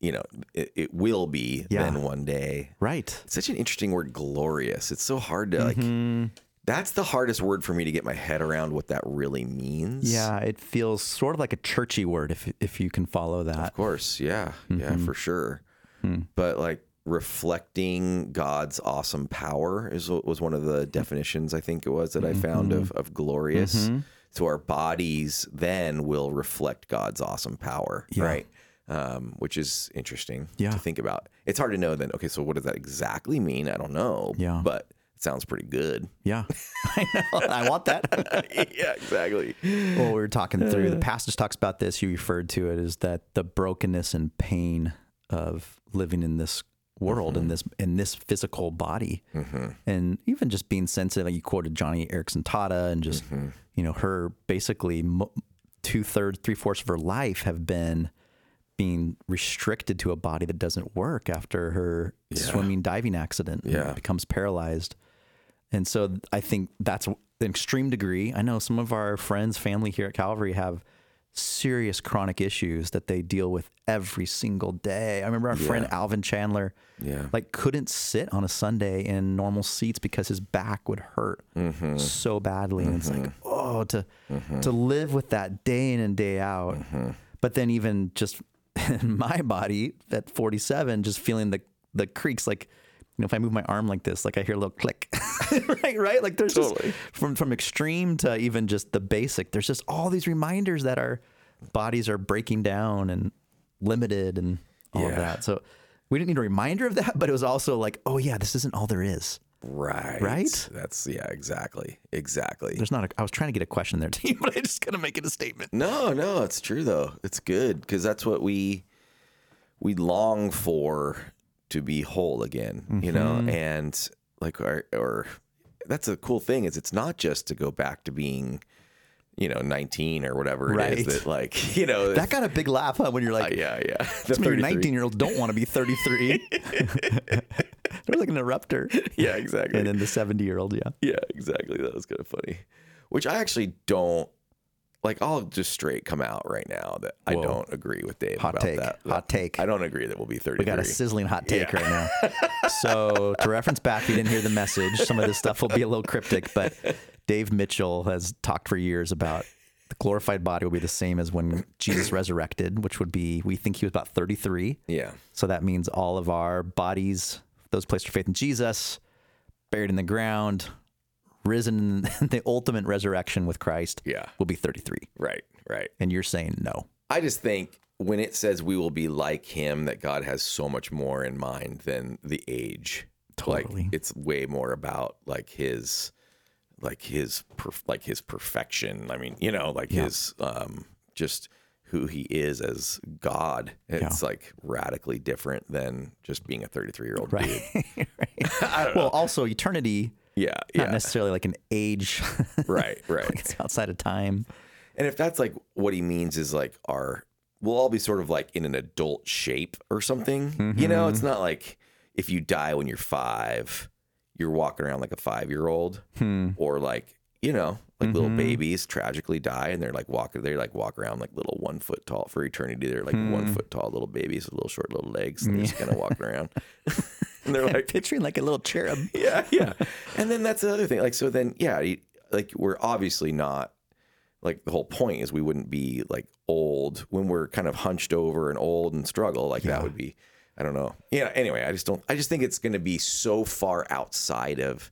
Speaker 2: you know, it, it will be
Speaker 3: Yeah.
Speaker 2: then one day.
Speaker 3: Right.
Speaker 2: It's such an interesting word, glorious. It's so hard to like.
Speaker 3: Mm-hmm.
Speaker 2: That's the hardest word for me to get my head around what that really means.
Speaker 3: Yeah, it feels sort of like a churchy word if if you can follow that.
Speaker 2: of course. Yeah, yeah,
Speaker 3: Mm-hmm.
Speaker 2: for sure.
Speaker 3: Hmm.
Speaker 2: But like reflecting God's awesome power is was one of the definitions I think it was that I found
Speaker 3: Mm-hmm.
Speaker 2: of of glorious. So our bodies then will reflect God's awesome power, right? Um, which is interesting
Speaker 3: Yeah.
Speaker 2: to think about. It's hard to know then. Okay, so what does that exactly mean? I don't know.
Speaker 3: Yeah.
Speaker 2: but it sounds pretty good.
Speaker 3: Yeah. I know. I want that.
Speaker 2: yeah, exactly.
Speaker 3: well, we were talking through the passage talks about this, you referred to it as that the brokenness and pain of living in this world in this in this physical body. And even just being sensitive, like you quoted Johnny Erickson Tata and just you know, her basically two thirds, three fourths of her life have been being restricted to a body that doesn't work after her swimming diving accident and
Speaker 2: Yeah.
Speaker 3: becomes paralyzed. And so th- I think that's w- an extreme degree. I know some of our friends, family here at Calvary have serious chronic issues that they deal with every single day. I remember our friend Alvin Chandler
Speaker 2: Yeah.
Speaker 3: like couldn't sit on a Sunday in normal seats because his back would hurt
Speaker 2: Mm-hmm.
Speaker 3: so badly. And it's like, oh, to to live with that day in and day out.
Speaker 2: Mm-hmm.
Speaker 3: But then even just in my body at 47, just feeling the the creaks like you know, if I move my arm like this, like I hear a little click, right? Right? Like there's
Speaker 2: Totally.
Speaker 3: just from from extreme to even just the basic. There's just all these reminders that our bodies are breaking down and limited and all of
Speaker 2: Yeah.
Speaker 3: that. So we didn't need a reminder of that, but it was also like, oh yeah, this isn't all there is.
Speaker 2: Right.
Speaker 3: Right?
Speaker 2: That's yeah, exactly. Exactly.
Speaker 3: There's not. A, I was trying to get a question there to you, but I just gotta make it a statement.
Speaker 2: No, no, it's true though. It's good because that's what we we long for to be whole again, you know. And like, our, or that's a cool thing is it's not just to go back to being, you know, nineteen or whatever it
Speaker 3: Right.
Speaker 2: is that like you know Uh,
Speaker 3: That got a big laugh huh, when you're like,
Speaker 2: yeah yeah the
Speaker 3: That's maybe
Speaker 2: 33.
Speaker 3: 19 year olds don't want to be 33. They're like an eruptor.
Speaker 2: yeah exactly
Speaker 3: And then the 70 year old, yeah.
Speaker 2: Yeah, exactly. That was kind of funny. Which I actually don't like. I'll just straight come out right now that I
Speaker 3: Whoa.
Speaker 2: don't agree with Dave
Speaker 3: Hot
Speaker 2: about
Speaker 3: take.
Speaker 2: that.
Speaker 3: Hot take.
Speaker 2: I don't agree that we'll be
Speaker 3: We
Speaker 2: thirty-three.
Speaker 3: got a sizzling hot take
Speaker 2: Yeah.
Speaker 3: right now. So, to reference back, if you didn't hear the message, some of this stuff will be a little cryptic, but Dave Mitchell has talked for years about the glorified body will be the same as when Jesus resurrected, which would be, we think he was about 33.
Speaker 2: yeah,
Speaker 3: So that means all of our bodies, those placed their faith in Jesus, buried in the ground, risen in the ultimate resurrection with Christ,
Speaker 2: Yeah.
Speaker 3: will be 33.
Speaker 2: right, right.
Speaker 3: And you're saying no.
Speaker 2: I just think when it says we will be like him, that God has so much more in mind than the age.
Speaker 3: Totally.
Speaker 2: Like it's way more about like his, like his, perf- like his perfection. I mean, you know, like his, um, just who he is as God. It's like radically different than just being a 33 year old dude.
Speaker 3: Well, also eternity,
Speaker 2: Yeah.
Speaker 3: not
Speaker 2: Yeah.
Speaker 3: necessarily like an age.
Speaker 2: Right. Right.
Speaker 3: it's outside of time.
Speaker 2: And if that's like what he means is like our we'll all be sort of like in an adult shape or something. You know, it's not like if you die when you're five, you're walking around like a five year old. Or like, you know, like little babies tragically die and they're like walking they like walk around like little one foot tall for eternity. They're like one foot tall little babies with little short little legs and they're just kinda walking around. and they're like
Speaker 3: Picturing like a little cherub.
Speaker 2: yeah, yeah. And then that's the other thing. Like, so then, yeah, you- like we're obviously not. Like the whole point is we wouldn't be like old when we're kind of hunched over and old and struggle. Like that would be, I don't know. Yeah. Anyway, I just don't. I just think it's going to be so far outside of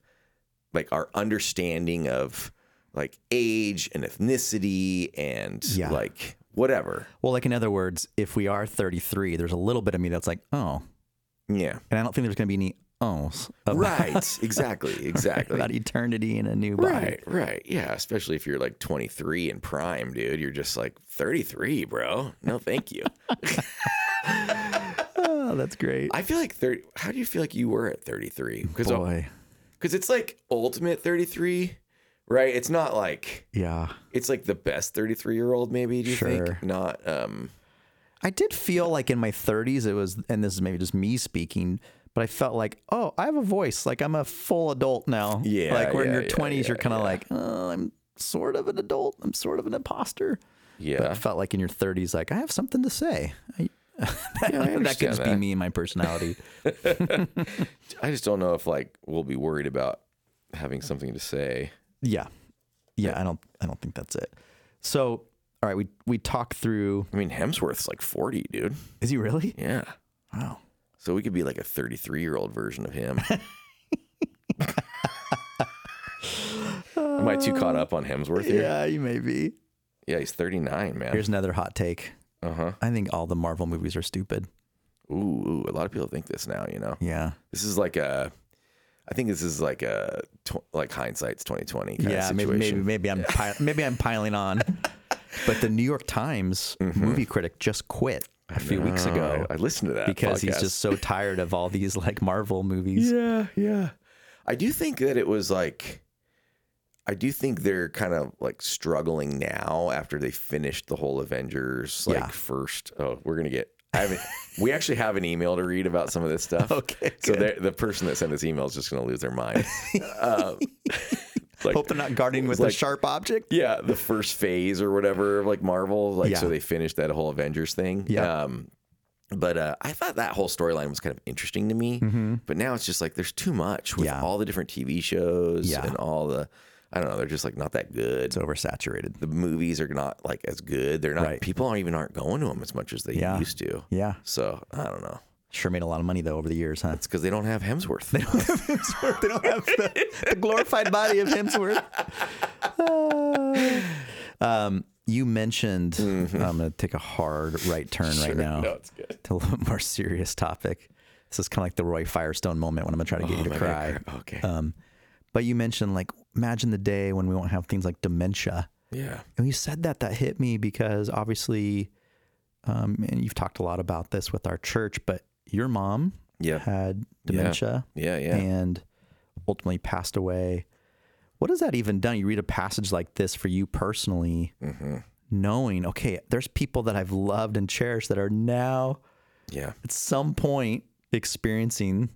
Speaker 2: like our understanding of like age and ethnicity and
Speaker 3: Yeah.
Speaker 2: like whatever.
Speaker 3: Well, like in other words, if we are 33, there's a little bit of me that's like, oh,
Speaker 2: Yeah.
Speaker 3: and I don't think there's going to be any ohs about,
Speaker 2: Right. exactly. Exactly.
Speaker 3: about eternity in a new body.
Speaker 2: Right, right. Yeah, especially if you're like 23 and prime, dude. You're just like 33, bro. No, thank you.
Speaker 3: Oh, that's great.
Speaker 2: I feel like 30. How do you feel like you were at 33? Because
Speaker 3: Boy,
Speaker 2: it's like ultimate 33, right? It's not like
Speaker 3: yeah.
Speaker 2: it's like the best 33 year old, maybe. Do you
Speaker 3: Sure.
Speaker 2: think? Not, um,
Speaker 3: I did feel like in my 30s, it was, and this is maybe just me speaking, but I felt like, oh, I have a voice. Like I'm a full adult now.
Speaker 2: Yeah,
Speaker 3: Like where in
Speaker 2: yeah,
Speaker 3: your
Speaker 2: yeah,
Speaker 3: 20s, you're
Speaker 2: yeah,
Speaker 3: kind of like, oh, I'm sort of an adult. I'm sort of an imposter. But I
Speaker 2: yeah.
Speaker 3: felt like in your 30s, like I have something to say. I, that could
Speaker 2: understand
Speaker 3: just be
Speaker 2: that.
Speaker 3: me and my personality.
Speaker 2: I just don't know if like we'll be worried about having something to say.
Speaker 3: yeah. Yeah. I don't, I don't think that's it. So, all right. We, we talked through,
Speaker 2: I mean, Hemsworth's like 40, dude.
Speaker 3: is he really?
Speaker 2: Yeah.
Speaker 3: Wow.
Speaker 2: So we could be like a 33 year old version of him. Am I too caught up on Hemsworth here? Yeah,
Speaker 3: Yeah, you may be.
Speaker 2: he's 39, man.
Speaker 3: Here's another hot take.
Speaker 2: Uh huh.
Speaker 3: I think all the Marvel movies are stupid.
Speaker 2: Ooh, ooh, a lot of people think this now. You know,
Speaker 3: Yeah.
Speaker 2: this is like a. I think this is like a tw- like hindsight's 2020 kind of
Speaker 3: yeah, maybe,
Speaker 2: situation.
Speaker 3: maybe maybe I'm pil- maybe I'm piling on. But the New York Times movie critic just quit a few weeks
Speaker 2: Oh,
Speaker 3: ago
Speaker 2: I, I listened to that
Speaker 3: because he's
Speaker 2: podcast.
Speaker 3: just so tired of all these like Marvel movies.
Speaker 2: Yeah, yeah. I do think that it was like I do think they're kind of like struggling now after they finished the whole Avengers like
Speaker 3: Yeah.
Speaker 2: first. Oh, we're gonna get I haven't we actually have an email to read about some of this stuff.
Speaker 3: Okay,
Speaker 2: So
Speaker 3: good.
Speaker 2: they're- the person that sent this email is just gonna lose their mind. um, like,
Speaker 3: Hope they're not guarding with
Speaker 2: like-
Speaker 3: a sharp object.
Speaker 2: yeah, the first phase or whatever of like Marvel. Like, so
Speaker 3: Yeah.
Speaker 2: they finished that whole Avengers thing.
Speaker 3: Yeah.
Speaker 2: Um, but uh, I thought that whole storyline was kind of interesting to me. But now it's just like there's too much with
Speaker 3: Mm-hmm. Yeah.
Speaker 2: all the different TV shows
Speaker 3: Yeah.
Speaker 2: and all the, I don't know, they're just like not that good.
Speaker 3: It's oversaturated.
Speaker 2: the movies are not like as good. They're not,
Speaker 3: Right.
Speaker 2: people aren't even aren't going to them as much as they
Speaker 3: Yeah.
Speaker 2: used to.
Speaker 3: Yeah,
Speaker 2: So I don't know.
Speaker 3: sure made a lot of money though over the years, huh?
Speaker 2: It's because they don't have Hemsworth.
Speaker 3: Hemsworth. They don't have the, the glorified body of Hemsworth. Uh, um, you mentioned I'm going to take a hard right turn right now
Speaker 2: Mm-hmm. no, it's good.
Speaker 3: to a little more serious topic. This is kind of like the Roy Firestone moment when I'm going to try to get you to
Speaker 2: Oh, my
Speaker 3: cry.
Speaker 2: God. Okay.
Speaker 3: Um, but you mentioned like imagine the day when we won't have things like dementia.
Speaker 2: yeah.
Speaker 3: And when you said that, that hit me because obviously, um, and you've talked a lot about this with our church, but your mom
Speaker 2: Yeah.
Speaker 3: had dementia
Speaker 2: Yeah. Yeah.
Speaker 3: and ultimately passed away. What has that even done? You read a passage like this for you personally,
Speaker 2: Mm-hmm.
Speaker 3: knowing, okay, there's people that I've loved and cherished that are now
Speaker 2: yeah.
Speaker 3: at some point experiencing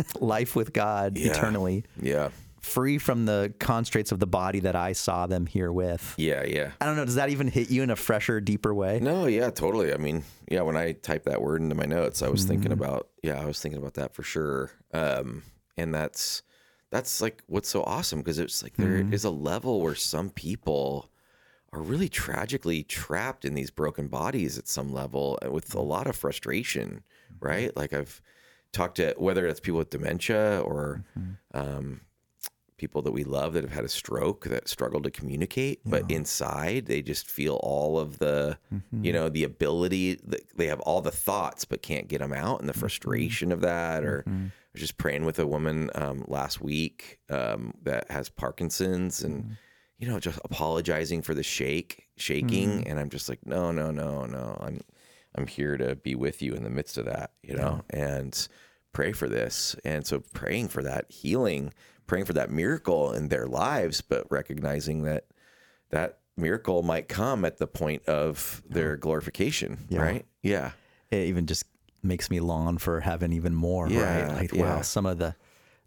Speaker 3: life with God
Speaker 2: Yeah.
Speaker 3: eternally,
Speaker 2: Yeah.
Speaker 3: free from the constraints of the body that I saw them here with.
Speaker 2: Yeah. Yeah.
Speaker 3: I don't know. Does that even hit you in a fresher, deeper way?
Speaker 2: No, yeah, totally. I mean, yeah, when I typed that word into my notes, I was thinking about yeah, I was thinking about that for sure. Um, and that's that's like what's so awesome because it's like there is a level where some people are really tragically trapped in these broken bodies at some level and with a lot of frustration, right? Like I've talked to whether it's people with dementia or um, people that we love that have had a stroke that struggle to communicate, but inside they just feel all of the, you know, the ability that they have all the thoughts but can't get them out, and the frustration of that. Or I was just praying with a woman um, last week um, that has Parkinson's and. You know, just apologizing for the shake, shaking, and I'm just like, no, no, no, no. I'm, I'm here to be with you in the midst of that. You know, and pray for this. And so praying for that healing, praying for that miracle in their lives, but recognizing that that miracle might come at the point of their glorification, right? Yeah.
Speaker 3: It even just makes me long for heaven even more,
Speaker 2: Yeah,
Speaker 3: right? Like,
Speaker 2: yeah.
Speaker 3: wow, some of the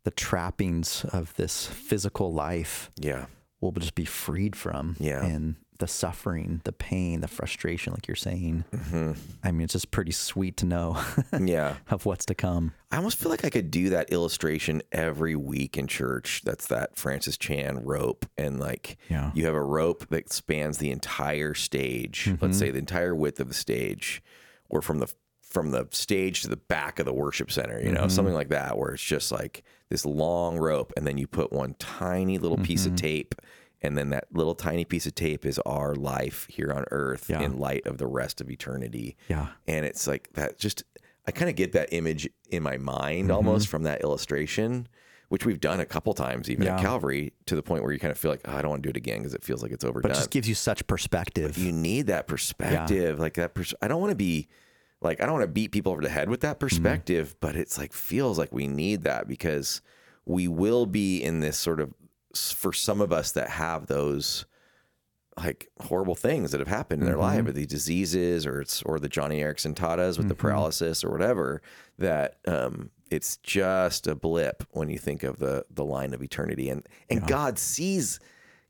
Speaker 3: the trappings of this physical life
Speaker 2: Yeah.
Speaker 3: will just be freed from.
Speaker 2: Yeah.
Speaker 3: And the suffering, the pain, the frustration, like you're saying.
Speaker 2: Mm-hmm.
Speaker 3: I mean, it's just pretty sweet to know
Speaker 2: Yeah.
Speaker 3: of what's to come.
Speaker 2: I almost feel like I could do that illustration every week in church. That's that Francis Chan rope. And like,
Speaker 3: Yeah.
Speaker 2: you have a rope that spans the entire stage,
Speaker 3: Mm-hmm.
Speaker 2: let's say the entire width of the stage, or from the from the stage to the back of the worship center, you know,
Speaker 3: Mm-hmm.
Speaker 2: something like
Speaker 3: Mm-hmm.
Speaker 2: that, where it's just like this long rope, and then you put one tiny little piece of tape And then that little tiny piece of tape is our life here on earth
Speaker 3: Yeah.
Speaker 2: in light of the rest of eternity.
Speaker 3: Yeah.
Speaker 2: And it's like that just I kind of get that image in my mind
Speaker 3: Mm-hmm.
Speaker 2: almost from that illustration, which we've done a couple times even at
Speaker 3: Yeah.
Speaker 2: Calvary to the point where you kind of feel like, oh, I don't want to do it again because it feels like it's
Speaker 3: But
Speaker 2: overdone
Speaker 3: it just gives you such perspective.
Speaker 2: you need that perspective like that pers- i don't want to be like i don't want to beat people over the head with
Speaker 3: Mm-hmm.
Speaker 2: that perspective but it's like feels like we need that because we will be in this sort of for some of us that have those like horrible things that have happened in their life or these diseases or it's or the johnny erickson taught us with the paralysis or whatever that um it's just a blip when you think of the the line of eternity and and god sees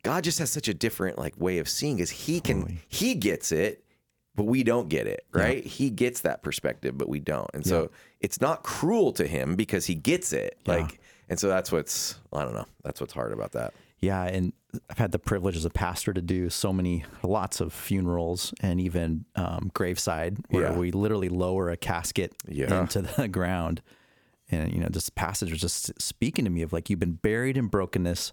Speaker 2: god just has such a different like way of seeing is he can he gets it but we don't get it right he gets that perspective but we don't and so it's not cruel to him because he gets it like and so that's what's i don't know that's what's hard about that
Speaker 3: Yeah, and I've had the privilege as a pastor to do so many lots of funerals and even um, graveside where
Speaker 2: Yeah.
Speaker 3: we literally lower a casket
Speaker 2: Yeah.
Speaker 3: into the ground. And you know, this passage was just speaking to me of like you've been buried in brokenness,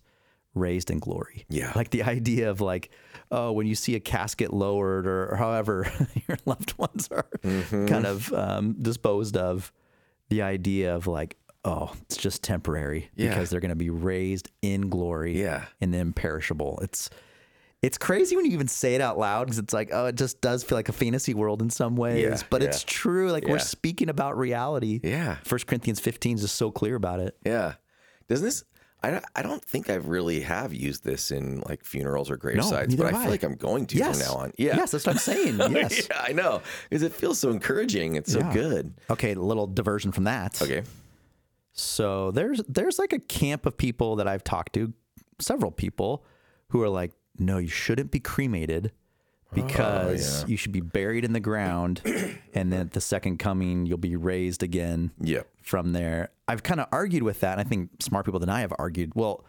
Speaker 3: raised in glory.
Speaker 2: Yeah.
Speaker 3: like the idea of like, oh, when you see a casket lowered or, or however your loved ones are
Speaker 2: Mm-hmm.
Speaker 3: kind of um, disposed of, the idea of like, oh, it's just temporary
Speaker 2: Yeah.
Speaker 3: because they're going to be raised in glory
Speaker 2: Yeah.
Speaker 3: and then perishable. It's it's crazy when you even say it out loud because it's like, oh, it just does feel like a fantasy world in some ways,
Speaker 2: Yeah,
Speaker 3: but
Speaker 2: yeah.
Speaker 3: it's true. Like we're
Speaker 2: Yeah.
Speaker 3: speaking about reality.
Speaker 2: yeah
Speaker 3: First Corinthians 15 is just so clear about it.
Speaker 2: Yeah. Doesn't this? I don't- I don't think I've really have used this in like funerals or gravesides,
Speaker 3: neither
Speaker 2: but I
Speaker 3: have
Speaker 2: feel
Speaker 3: I.
Speaker 2: like I'm going to
Speaker 3: Yes.
Speaker 2: from now on. Yeah.
Speaker 3: Yes, that's what I'm saying. Yes.
Speaker 2: yeah, I know because it feels so encouraging. It's so
Speaker 3: Yeah.
Speaker 2: good.
Speaker 3: Okay, a little diversion from that.
Speaker 2: Okay.
Speaker 3: So there's there's like a camp of people that I've talked to, several people who are like, no, you shouldn't be cremated because you should be buried in the ground and then at the second coming you'll be raised again
Speaker 2: Yeah.
Speaker 3: from there. I've kind of argued with that, and I think smart people than I have argued. Well,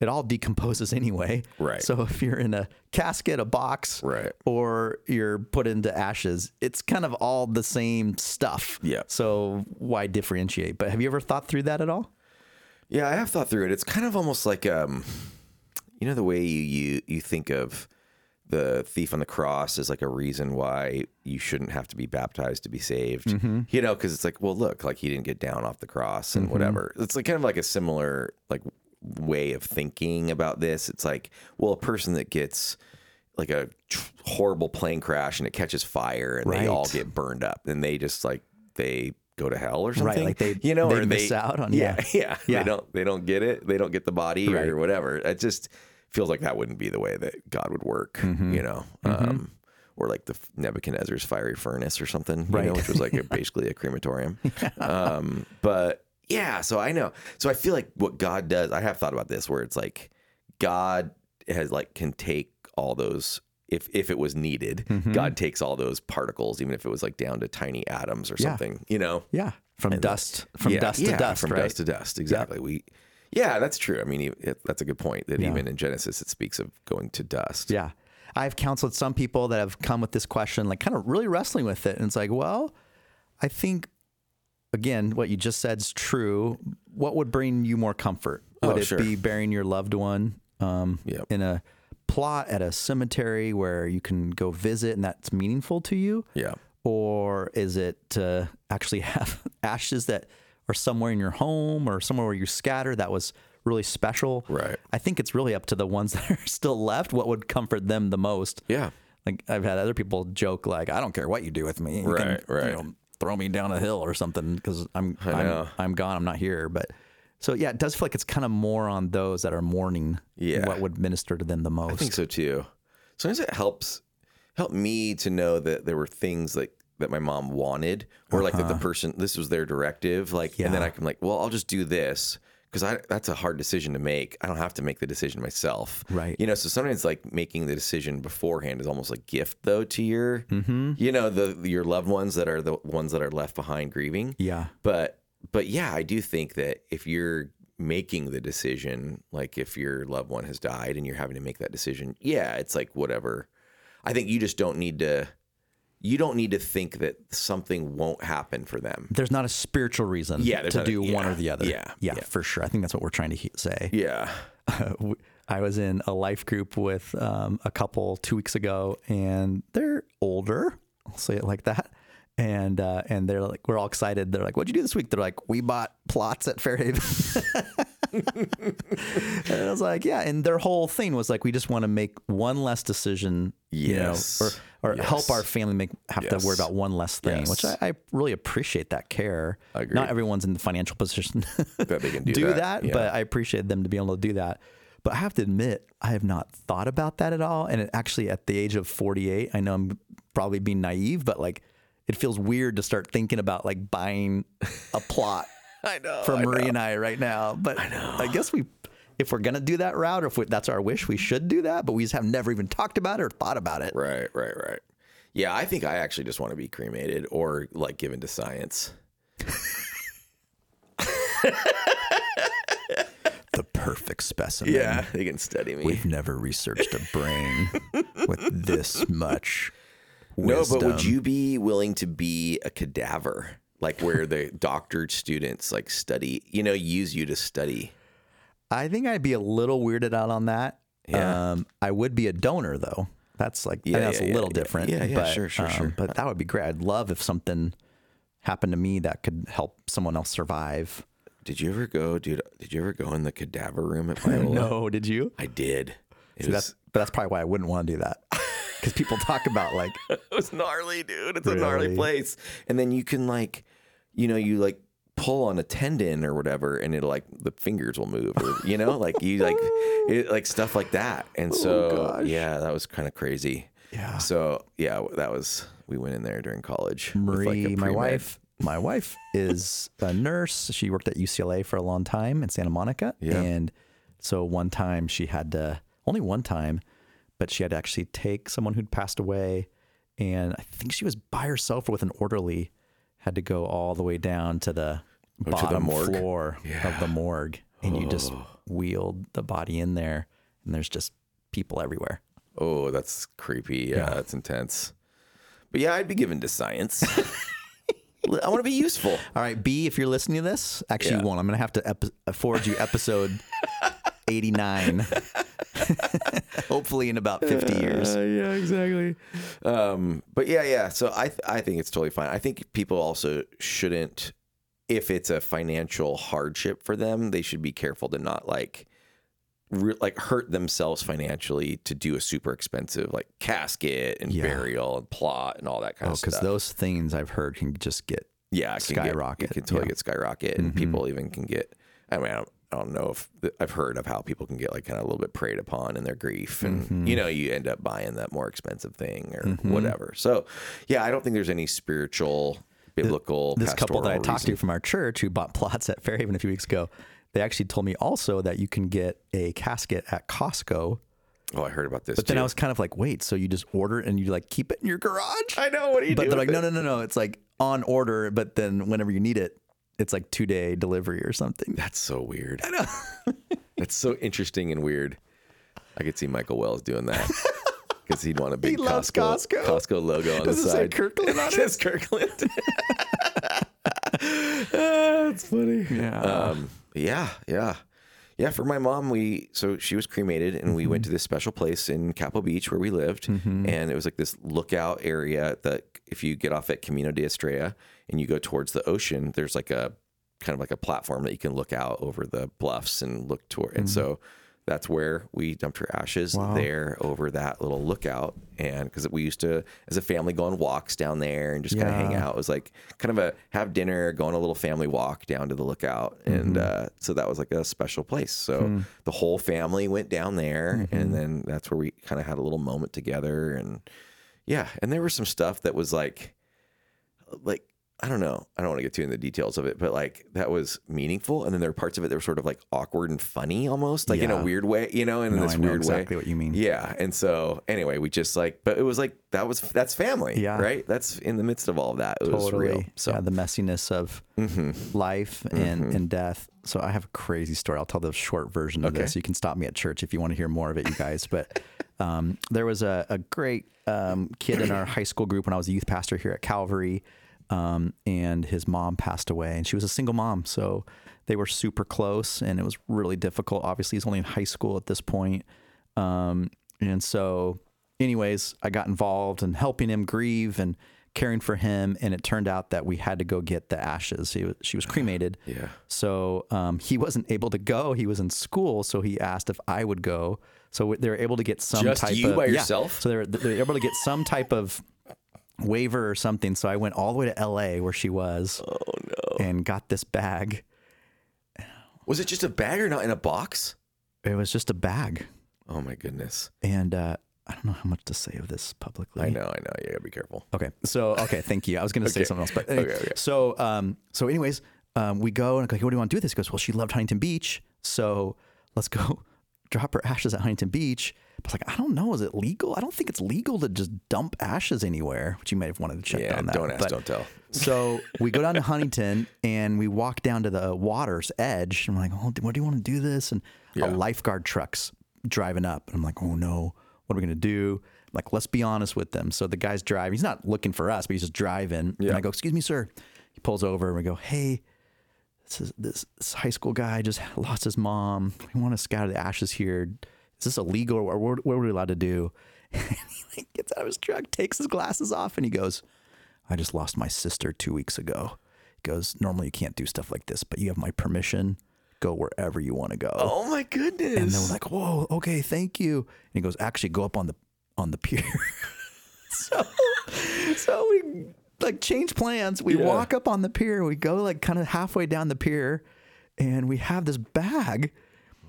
Speaker 3: it all decomposes anyway.
Speaker 2: Right.
Speaker 3: So if you're in a casket, a box,
Speaker 2: Right.
Speaker 3: or you're put into ashes, it's kind of all the same stuff.
Speaker 2: Yeah.
Speaker 3: So why differentiate? But have you ever thought through that at all?
Speaker 2: Yeah, I have thought through it. It's kind of almost like um, you know, the way you you you think of the thief on the cross as like a reason why you shouldn't have to be baptized to be saved. You know, because it's like, well, look, like he didn't get down off the cross and whatever. It's like kind of like a similar like way of thinking about this. It's like, well, a person that gets like a tr- horrible plane crash and it catches fire and they all
Speaker 3: Right.
Speaker 2: get burned up and they just like they go to hell or
Speaker 3: Right,
Speaker 2: something
Speaker 3: like they-
Speaker 2: you know
Speaker 3: they
Speaker 2: or
Speaker 3: miss
Speaker 2: they
Speaker 3: out on-
Speaker 2: yeah
Speaker 3: yeah.
Speaker 2: yeah,
Speaker 3: Yeah.
Speaker 2: they don't they don't get it they don't get the body
Speaker 3: Right.
Speaker 2: or whatever it just feels like that wouldn't be the way that god would work
Speaker 3: Mm-hmm.
Speaker 2: you know um or like the nebuchadnezzar's fiery furnace or something you know,
Speaker 3: Right.
Speaker 2: which was like a, basically a crematorium um but yeah so i know so i feel like what god does i have thought about this where it's like god has like can take all those if if it was needed
Speaker 3: Mm-hmm.
Speaker 2: god takes all those particles even if it was like down to tiny atoms or
Speaker 3: Yeah.
Speaker 2: something you know
Speaker 3: Yeah. From dust, from
Speaker 2: yeah,
Speaker 3: dust
Speaker 2: yeah,
Speaker 3: to dust,
Speaker 2: from
Speaker 3: right?
Speaker 2: dust to dust. Exactly. We, yeah, that's true. I mean, e- it, that's a good point. That
Speaker 3: Yeah.
Speaker 2: even in Genesis, it speaks of going to dust.
Speaker 3: Yeah. I've counseled some people that have come with this question, like kind of really wrestling with it. And it's like, well, I think, again, what you just said is true. What would bring you more comfort? Would
Speaker 2: Oh,
Speaker 3: it
Speaker 2: sure.
Speaker 3: be burying your loved one um,
Speaker 2: Yep.
Speaker 3: in a plot at a cemetery where you can go visit and that's meaningful to you?
Speaker 2: Yeah.
Speaker 3: Or is it to actually have ashes that are somewhere in your home or somewhere where you scatter that was really special?
Speaker 2: Right.
Speaker 3: I think it's really up to the ones that are still left what would comfort them the most.
Speaker 2: Yeah.
Speaker 3: Like I've had other people joke like, I don't care what you do with me. You
Speaker 2: Right, right.
Speaker 3: throw me down a hill or something because I'm
Speaker 2: know.
Speaker 3: I'm, I'm gone. I'm not here. But so yeah, it does feel like it's kind of more on those that are mourning.
Speaker 2: Yeah.
Speaker 3: What would minister to them the most?
Speaker 2: I think so too. Sometimes it helps help me to know that there were things like that my mom wanted, or like that the person this was their directive. Like, and then
Speaker 3: Uh-huh. Yeah.
Speaker 2: I can like, well, I'll just do this because I that's a hard decision to make. I don't have to make the decision myself,
Speaker 3: Right.
Speaker 2: You know, so sometimes like making the decision beforehand is almost a gift though to your,
Speaker 3: Mm-hmm.
Speaker 2: you know, the your loved ones that are the ones that are left behind grieving.
Speaker 3: Yeah.
Speaker 2: But but yeah, I do think that if you're making the decision, like if your loved one has died and you're having to make that decision, yeah, it's like whatever. I think you just don't need to you don't need to think that something won't happen for them.
Speaker 3: There's not a spiritual reason
Speaker 2: Yeah, there's
Speaker 3: to
Speaker 2: not a-
Speaker 3: do one
Speaker 2: yeah,
Speaker 3: or the other.
Speaker 2: yeah,
Speaker 3: yeah, for sure. I think that's what we're trying to he- say.
Speaker 2: Yeah.
Speaker 3: w- I was in a life group with um, a couple two weeks ago, and they're older. I'll say it like that. And uh, and they're like, we're all excited. They're like, what'd you do this week? They're like, we bought plots at Fairhaven. and I was like, yeah. And their whole thing was like, we just want to make one less decision, you know,
Speaker 2: Yes.
Speaker 3: or, or help
Speaker 2: Yes.
Speaker 3: our family make have to worry
Speaker 2: Yes.
Speaker 3: about one less thing, which I,
Speaker 2: Yes.
Speaker 3: I really appreciate that care.
Speaker 2: Agreed.
Speaker 3: Not everyone's in the financial position
Speaker 2: That they can do
Speaker 3: do that,
Speaker 2: that, yeah.
Speaker 3: but I appreciate them to be able to do that. But I have to admit, I have not thought about that at all. And it actually, at the age of 48, I know I'm probably being naive, but like it feels weird to start thinking about like buying a plot
Speaker 2: I know.
Speaker 3: for Marie and I right now. But I, know. I guess we, if we're going to do that route, or if we, that's our wish, we should do that. But we just have never even talked about it or thought about it.
Speaker 2: Right, right, right. Yeah, I think I actually just want to be cremated or like given to science.
Speaker 3: The perfect specimen.
Speaker 2: they can study me.
Speaker 3: We've never researched a brain with this much.
Speaker 2: no, but
Speaker 3: wisdom.
Speaker 2: would you be willing to be a cadaver, like where the doctored students like study, you know, use you to study?
Speaker 3: I think I'd be a little weirded out on that.
Speaker 2: Yeah.
Speaker 3: Um, I would be a donor though. That's like yeah,
Speaker 2: Yeah,
Speaker 3: that's
Speaker 2: yeah,
Speaker 3: a
Speaker 2: yeah,
Speaker 3: little
Speaker 2: yeah.
Speaker 3: different.
Speaker 2: Yeah, yeah,
Speaker 3: but, um,
Speaker 2: sure, sure, sure.
Speaker 3: But that would be great. I'd love if something happened to me that could help someone else survive.
Speaker 2: Did you ever go, dude? Did you ever go in the cadaver room at Biola?
Speaker 3: No, did you?
Speaker 2: I did. It
Speaker 3: That's
Speaker 2: was,
Speaker 3: but that's probably why I wouldn't want to do that. Because people talk about like
Speaker 2: it was gnarly, dude. It's a
Speaker 3: Really?
Speaker 2: gnarly place. And then you can like, you know, you like pull on a tendon or whatever, and it'll like the fingers will move, or you know, like you like it like stuff like that. And so
Speaker 3: Oh, gosh.
Speaker 2: yeah, that was kind of crazy.
Speaker 3: Yeah.
Speaker 2: So yeah, that was we went in there during college. with, like, a
Speaker 3: Marie, my
Speaker 2: pre-med.
Speaker 3: wife. My wife is a nurse. She worked at UCLA for a long time in Santa Monica.
Speaker 2: Yeah.
Speaker 3: And so one time she had to, only one time, but she had to actually take someone who'd passed away. And I think she was by herself or with an orderly, had to go all the way down to the
Speaker 2: Oh, the
Speaker 3: bottom
Speaker 2: morgue. Oh.
Speaker 3: floor of the morgue. And you just wheeled the body in there, and there's just people everywhere.
Speaker 2: Oh, that's creepy. Yeah, that's intense. But yeah, I'd be given to science. I want to be useful.
Speaker 3: All right, B, if you're listening to this, actually, you
Speaker 2: Yeah.
Speaker 3: won't. I'm going to have to epi- afford you episode 89. Hopefully, in about 50 years.
Speaker 2: Uh, yeah, exactly. Um, but yeah, yeah. So I th- I think it's totally fine. I think people also shouldn't, if it's a financial hardship for them, they should be careful to not like. Re- like hurt themselves financially to do a super expensive like casket and
Speaker 3: Yeah.
Speaker 2: burial and plot and all that kind
Speaker 3: Oh,
Speaker 2: of
Speaker 3: because
Speaker 2: stuff.
Speaker 3: those things I've heard can just get.
Speaker 2: yeah, it can get-
Speaker 3: skyrocket,
Speaker 2: it can totally
Speaker 3: yeah. Mm-hmm.
Speaker 2: get skyrocket, and people even can get. I mean, I don't, I don't know if I've heard of how people can get like kind of a little bit preyed upon in their grief, and
Speaker 3: Mm-hmm.
Speaker 2: you know, you end up buying that more expensive thing or whatever. So, yeah, I don't think there's any spiritual, biblical.
Speaker 3: This couple that I
Speaker 2: pastoral
Speaker 3: talked to
Speaker 2: reason.
Speaker 3: from our church who bought plots at Fairhaven a few weeks ago, they actually told me also that you can get a casket at Costco.
Speaker 2: Oh, I heard about this.
Speaker 3: But then
Speaker 2: too.
Speaker 3: I was kind of like, wait, so you just order it and you like keep it in your garage?
Speaker 2: I know what are you
Speaker 3: But
Speaker 2: doing?
Speaker 3: they're like, no, no, no, no. It's like on order, but then whenever you need it, it's like two day delivery or something.
Speaker 2: That's so weird. I know. That's so interesting and weird. I could see Michael Wells doing that because he'd want a big
Speaker 3: loves
Speaker 2: Costco,
Speaker 3: Costco.
Speaker 2: Costco logo on
Speaker 3: Does
Speaker 2: the
Speaker 3: it say
Speaker 2: side.
Speaker 3: Kirkland on
Speaker 2: it says Kirkland. That's funny.
Speaker 3: Yeah.
Speaker 2: Um, yeah, yeah. Yeah, for my mom, we so she was cremated, and we went to this special place in Capitol Beach where we lived, and it was like this lookout area that if you get off at Camino de Estrella and you go towards the ocean, there's like a kind of like a platform that you can look out over the bluffs and look toward, and so that's where we dumped her ashes there over that little lookout, and because we used to as a family go on walks down there and just kind of hang
Speaker 3: Yeah.
Speaker 2: out out. It was like kind of a have dinner, go on a little family walk down to the lookout. And
Speaker 3: Mm-hmm.
Speaker 2: uh, so that was like a special place. So
Speaker 3: Hmm.
Speaker 2: the whole family went down there
Speaker 3: Mm-hmm.
Speaker 2: and then that's where we kind of had a little moment together. And yeah, and there was some stuff that was like, like, I don't know. I don't want to get too into the details of it, but like that was meaningful. And then there were parts of it that were sort of like awkward and funny almost, like in
Speaker 3: Yeah.
Speaker 2: a weird way, you know, in
Speaker 3: No,
Speaker 2: this
Speaker 3: I know
Speaker 2: weird way.
Speaker 3: exactly what you mean.
Speaker 2: Yeah. And so anyway, we just like, but it was like, that was, that's family.
Speaker 3: Yeah.
Speaker 2: Right. That's in the midst of all of that. It was real. So Mm-hmm.
Speaker 3: yeah, the messiness of life and, and death. So I have a crazy story. I'll tell the short version of this. You can stop me at church if you want to hear more of it, you guys. But um, there was a, a great um, kid in our high school group when I was a youth pastor here at Calvary. um, and his mom passed away, and she was a single mom, so they were super close, and it was really difficult. Obviously, he's only in high school at this point, um, and so, anyways, I got involved in helping him grieve and caring for him, and it turned out that we had to go get the ashes. He was, she was cremated.
Speaker 2: Yeah.
Speaker 3: So um, he wasn't able to go. He was in school, so he asked if I would go. So they were able to get some
Speaker 2: Just
Speaker 3: type
Speaker 2: you
Speaker 3: of
Speaker 2: by
Speaker 3: yeah.
Speaker 2: yourself?
Speaker 3: So they were, they were able to get some type of waiver or something. So I went all the way to L.A. where she was. Oh no! And got this bag.
Speaker 2: Was it just a bag or not in a box?
Speaker 3: It was just a bag,
Speaker 2: Oh my goodness.
Speaker 3: and uh, I don't know how much to say of this publicly.
Speaker 2: I know, I know. You gotta be careful.
Speaker 3: Okay. So okay, thank you. I was going to say something else, but anyway,
Speaker 2: Okay, okay.
Speaker 3: so um, so anyways, um, we go and I'm like, what do you want to do with this? He goes, well, she loved Huntington Beach, so let's go drop her ashes at Huntington Beach. But like, I don't know, is it legal? I don't think it's legal to just dump ashes anywhere. Which you might have wanted to check
Speaker 2: Yeah,
Speaker 3: on that.
Speaker 2: don't ask,
Speaker 3: but-
Speaker 2: don't tell.
Speaker 3: So we go down to Huntington and we walk down to the water's edge, and we're like, oh, what do you want to do this? And a lifeguard truck's driving up. And I'm like, oh no, what are we gonna do? Like, let's be honest with them. So the guy's driving. He's not looking for us, but he's just driving. And I go, excuse me, sir. He pulls over and we go, hey, this is this, this high school guy just lost his mom. We want to scatter the ashes here. Is this illegal? Or what, what are we allowed to do? And he like gets out of his truck, takes his glasses off, and he goes, I just lost my sister two weeks ago. He goes, Normally you can't do stuff like this, but you have my permission. Go wherever you want to go.
Speaker 2: Oh my goodness.
Speaker 3: And then we're like, "Whoa, okay, thank you." And he goes, "Actually, go up on the on the pier." so, so we like change plans. We walk up on the pier. We go like kind of halfway down the pier, and we have this bag.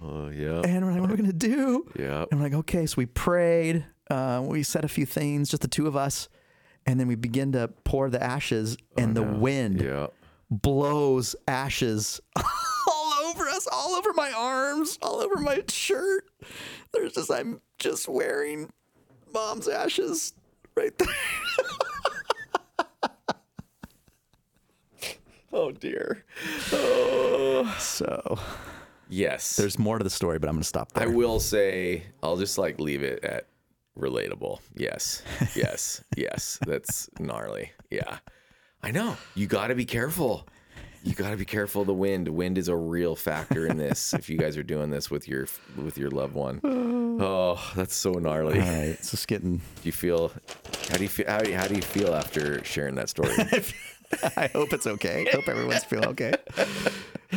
Speaker 2: oh yeah.
Speaker 3: And we're like, "What are we gonna do?"
Speaker 2: Yeah.
Speaker 3: And we're like, "Okay." So we prayed. Uh, we said a few things, just the two of us, and then we begin to pour the ashes, and the wind
Speaker 2: Yeah.
Speaker 3: Oh, blows ashes all over us, all over my arms, all over my shirt. There's just I'm just wearing mom's ashes right there.
Speaker 2: Oh dear.
Speaker 3: So
Speaker 2: Yes.
Speaker 3: there's more to the story, but I'm gonna stop
Speaker 2: I
Speaker 3: there.
Speaker 2: will say I'll just like leave it at relatable. Yes. Yes. yes. That's gnarly. Yeah. I know. You got to be careful. You got to be careful of the wind. Wind is a real factor in this if you guys are doing this with your with your loved one. Oh, that's so gnarly.
Speaker 3: All right, it's just getting.
Speaker 2: Do you feel How do you feel how, how do you feel after sharing that story?
Speaker 3: I hope it's okay. I hope everyone's feeling okay.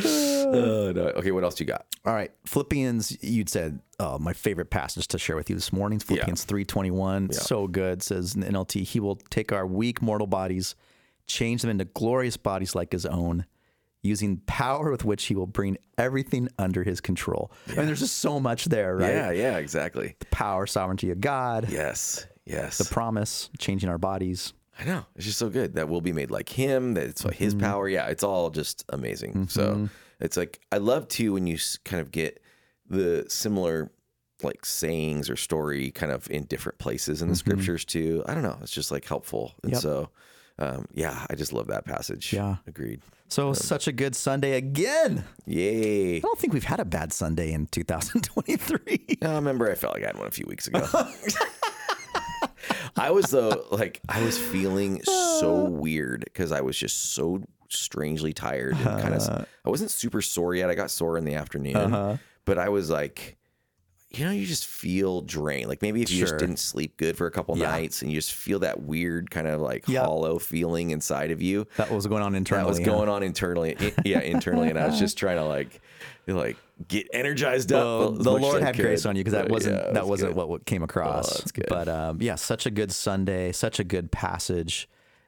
Speaker 2: Oh, no. Okay, what else do you got?
Speaker 3: All right, Philippians. You'd said oh, my favorite passage to share with you this morning. Philippians three twenty one. So good. Says in the NLT, He will take our weak mortal bodies, change them into glorious bodies like His own, using power with which He will bring everything under His control. I mean, there's just so much there, right?
Speaker 2: Yeah, yeah, exactly.
Speaker 3: Power, sovereignty of God,
Speaker 2: Yes. Yes.
Speaker 3: promise, changing our bodies.
Speaker 2: I know. It's just so good that we'll be made like him, that it's like his power. Yeah, it's all just amazing. So it's like, I love too when you s- kind of get the similar like sayings or story kind of in different places in the scriptures too. I don't know. It's just like helpful. And so, um, yeah, I just love that passage.
Speaker 3: Yeah.
Speaker 2: Agreed.
Speaker 3: So such a good Sunday again.
Speaker 2: Yay.
Speaker 3: I don't think we've had a bad Sunday in 2023.
Speaker 2: No, I remember I felt like I had one a few weeks ago. I was though like I was feeling so weird because I was just so strangely tired and kind of I wasn't super sore yet. I got sore in the afternoon, but I was like, you know, you just feel drained. Like maybe if you
Speaker 3: Sure.
Speaker 2: just didn't sleep good for a couple nights and you just feel that weird kind of like
Speaker 3: Yeah.
Speaker 2: hollow feeling inside of you.
Speaker 3: That was going on internally.
Speaker 2: That was
Speaker 3: huh?
Speaker 2: going on internally, i- yeah, internally, and I was just trying to like, like get energized
Speaker 3: Well,
Speaker 2: up. as
Speaker 3: the
Speaker 2: much as
Speaker 3: Lord
Speaker 2: I
Speaker 3: had grace
Speaker 2: could.
Speaker 3: on you because that
Speaker 2: But,
Speaker 3: wasn't
Speaker 2: yeah, it
Speaker 3: that
Speaker 2: was
Speaker 3: wasn't
Speaker 2: good. Oh,
Speaker 3: what what came across.
Speaker 2: that's good.
Speaker 3: But um, yeah, such a good Sunday, such a good passage,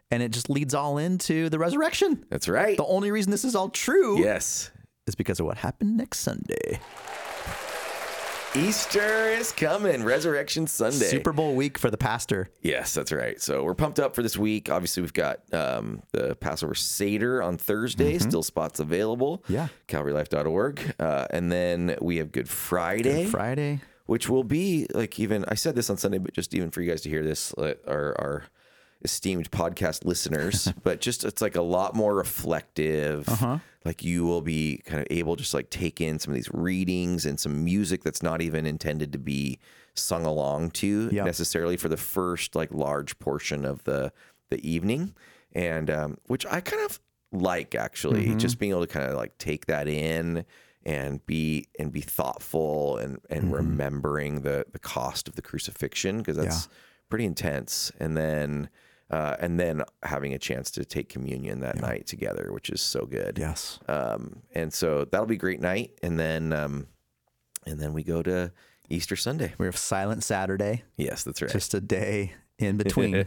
Speaker 3: and it just leads all into the resurrection.
Speaker 2: That's right.
Speaker 3: The only reason this is all true
Speaker 2: Yes.
Speaker 3: is because of what happened next Sunday,
Speaker 2: Easter is coming, Resurrection Sunday.
Speaker 3: Super Bowl week for the pastor.
Speaker 2: Yes, that's right. So we're pumped up for this week. Obviously, we've got um, the Passover Seder on Thursday. Still spots available.
Speaker 3: Mm-hmm. Yeah.
Speaker 2: CalvaryLife.org. Uh, and then we have Good Friday.
Speaker 3: Friday.
Speaker 2: which will be like even I said this on Sunday, but just even for you guys to hear this, uh, our our esteemed podcast listeners, but just it's like a lot more reflective. Like you will be kind of able just like take in some of these readings and some music that's not even intended to be sung along to
Speaker 3: Yeah.
Speaker 2: necessarily for the first like large portion of the the evening. and um, which I kind of like actually, just being able to kind of like take that in and be and be thoughtful and and remembering the the cost of the crucifixion because that's pretty intense, and then. Uh, and then having a chance to take communion that night together, which is so good.
Speaker 3: Yes.
Speaker 2: Um, and so that'll be a great night. And then, um, and then we go to Easter Sunday.
Speaker 3: We have Silent Saturday,
Speaker 2: Yes, that's right.
Speaker 3: just a day in between,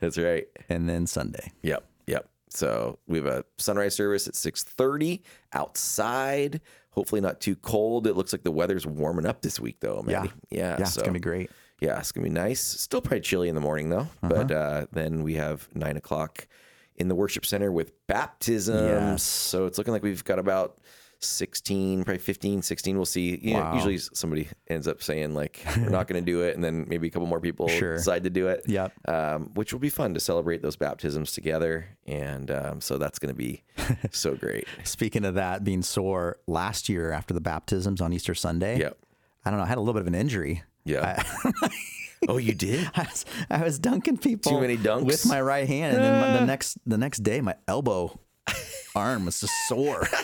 Speaker 2: that's right.
Speaker 3: and then Sunday.
Speaker 2: Yep. Yep. So we have a sunrise service at 6:30 outside. Hopefully not too cold. It looks like the weather's warming up this week though,
Speaker 3: Yeah.
Speaker 2: Maddie. Yeah.
Speaker 3: Yeah, it's
Speaker 2: so-
Speaker 3: gonna be great.
Speaker 2: yeah, it's gonna be nice. Still probably chilly in the morning though.
Speaker 3: Uh-huh.
Speaker 2: But uh, then we have nine o'clock in the worship center with baptisms.
Speaker 3: Yes.
Speaker 2: So it's looking like we've got about 16, probably 15, 16. We'll see. You know,
Speaker 3: Wow.
Speaker 2: usually somebody ends up saying like we're not gonna do it, and then maybe a couple more people
Speaker 3: Sure.
Speaker 2: decide to do it.
Speaker 3: Yep.
Speaker 2: Um, which will be fun to celebrate those baptisms together. And um, so that's gonna be so great.
Speaker 3: Speaking of that, being sore last year after the baptisms on Easter Sunday.
Speaker 2: Yep.
Speaker 3: I don't know. I had a little bit of an injury.
Speaker 2: Yeah. oh, you did?
Speaker 3: I was, I was dunking people.
Speaker 2: Too many dunks? Ah.
Speaker 3: with my right hand, and then my- the next the next day, my elbow arm was just sore.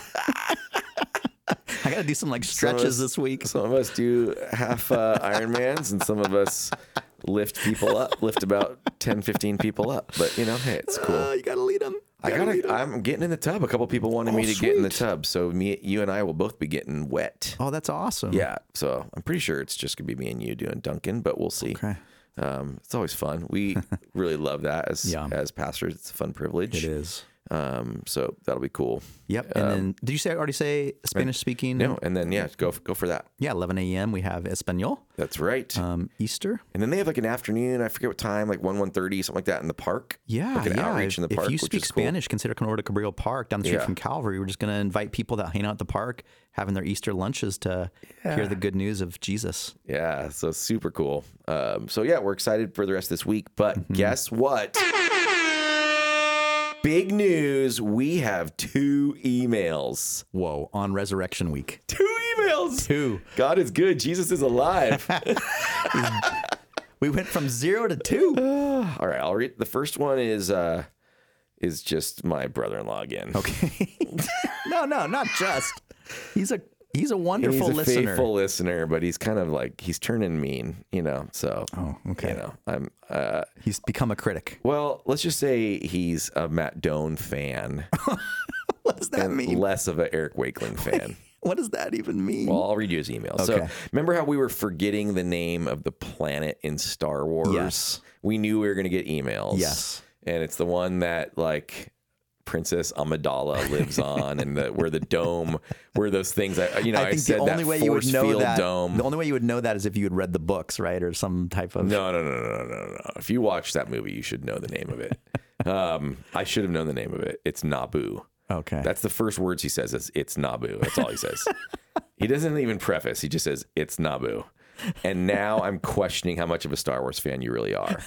Speaker 3: I got to do some like stretches
Speaker 2: us-
Speaker 3: this week.
Speaker 2: Some of us do half uh, Ironmans and some of us lift people up, lift about 10, 15 people up. But, you know, hey, it's cool.
Speaker 3: Uh, you got to lead them.
Speaker 2: I gotta, I'm getting in the tub. A couple people wanted me to get in the tub. So me, you and I will both be getting wet.
Speaker 3: Oh, that's awesome.
Speaker 2: Yeah. So I'm pretty sure it's just going to be me and you doing Duncan, but we'll see.
Speaker 3: Okay.
Speaker 2: Um, it's always fun. We really love that as
Speaker 3: Yeah.
Speaker 2: as pastors. It's a fun privilege.
Speaker 3: it is.
Speaker 2: Um, so that'll be cool.
Speaker 3: Yep. And then did you say already say Spanish speaking?
Speaker 2: Um, No, and then yeah, go go for that.
Speaker 3: Yeah, 11 a.m. We have Espanol.
Speaker 2: That's right.
Speaker 3: Um, Easter.
Speaker 2: And then they have like an afternoon, I forget what time, like 1 1.30, something like that in the park.
Speaker 3: Yeah,
Speaker 2: Like an
Speaker 3: yeah.
Speaker 2: outreach in the
Speaker 3: If-
Speaker 2: park.
Speaker 3: If you
Speaker 2: which
Speaker 3: speak
Speaker 2: is cool.
Speaker 3: Spanish, consider coming over to Cabrillo Park down the street
Speaker 2: Yeah.
Speaker 3: from Calvary. We're just going to invite people that hang out at the park, having their Easter lunches to hear the good news of Jesus.
Speaker 2: Yeah, so super cool. Um, so yeah, we're excited for the rest of this week. But
Speaker 3: Mm-hmm.
Speaker 2: guess what? Big news. We have two emails.
Speaker 3: Whoa! On Resurrection Week,
Speaker 2: Two emails.
Speaker 3: Two.
Speaker 2: God is good. Jesus is alive.
Speaker 3: we went from zero to two.
Speaker 2: All right, I'll read. The first one is uh, is just my brother in law again. Okay.
Speaker 3: no, no, not just. He's a he's a wonderful
Speaker 2: he's a
Speaker 3: listener.
Speaker 2: faithful listener, but he's kind of like he's turning mean, you know. So oh,
Speaker 3: okay.
Speaker 2: you know, I'm uh,
Speaker 3: He's become a critic.
Speaker 2: well, let's just say he's a Matt Doan fan,
Speaker 3: What does that mean?
Speaker 2: less of an Eric Wakeling fan.
Speaker 3: What does that even mean?
Speaker 2: Well, I'll read you his email.
Speaker 3: Okay.
Speaker 2: So remember how we were forgetting the name of the planet in Star Wars?
Speaker 3: Yes.
Speaker 2: We knew we were going to get emails.
Speaker 3: Yes.
Speaker 2: And it's the one that like Princess Amidala lives on, and the, where the dome, where those things. I you know I,
Speaker 3: I think
Speaker 2: said
Speaker 3: the only
Speaker 2: that
Speaker 3: way you would
Speaker 2: force
Speaker 3: know
Speaker 2: field
Speaker 3: that
Speaker 2: dome.
Speaker 3: the only way you would know that is if you had read the books, right, or some type of
Speaker 2: No, no, no, no, no, no, no. If you watch that movie, you should know the name of it. um, I should have known the name of it. It's Naboo.
Speaker 3: Okay.
Speaker 2: That's the first words he says. Is, it's Naboo. That's all he says. he doesn't even preface. He just says it's Naboo. And now I'm questioning how much of a Star Wars fan you really are,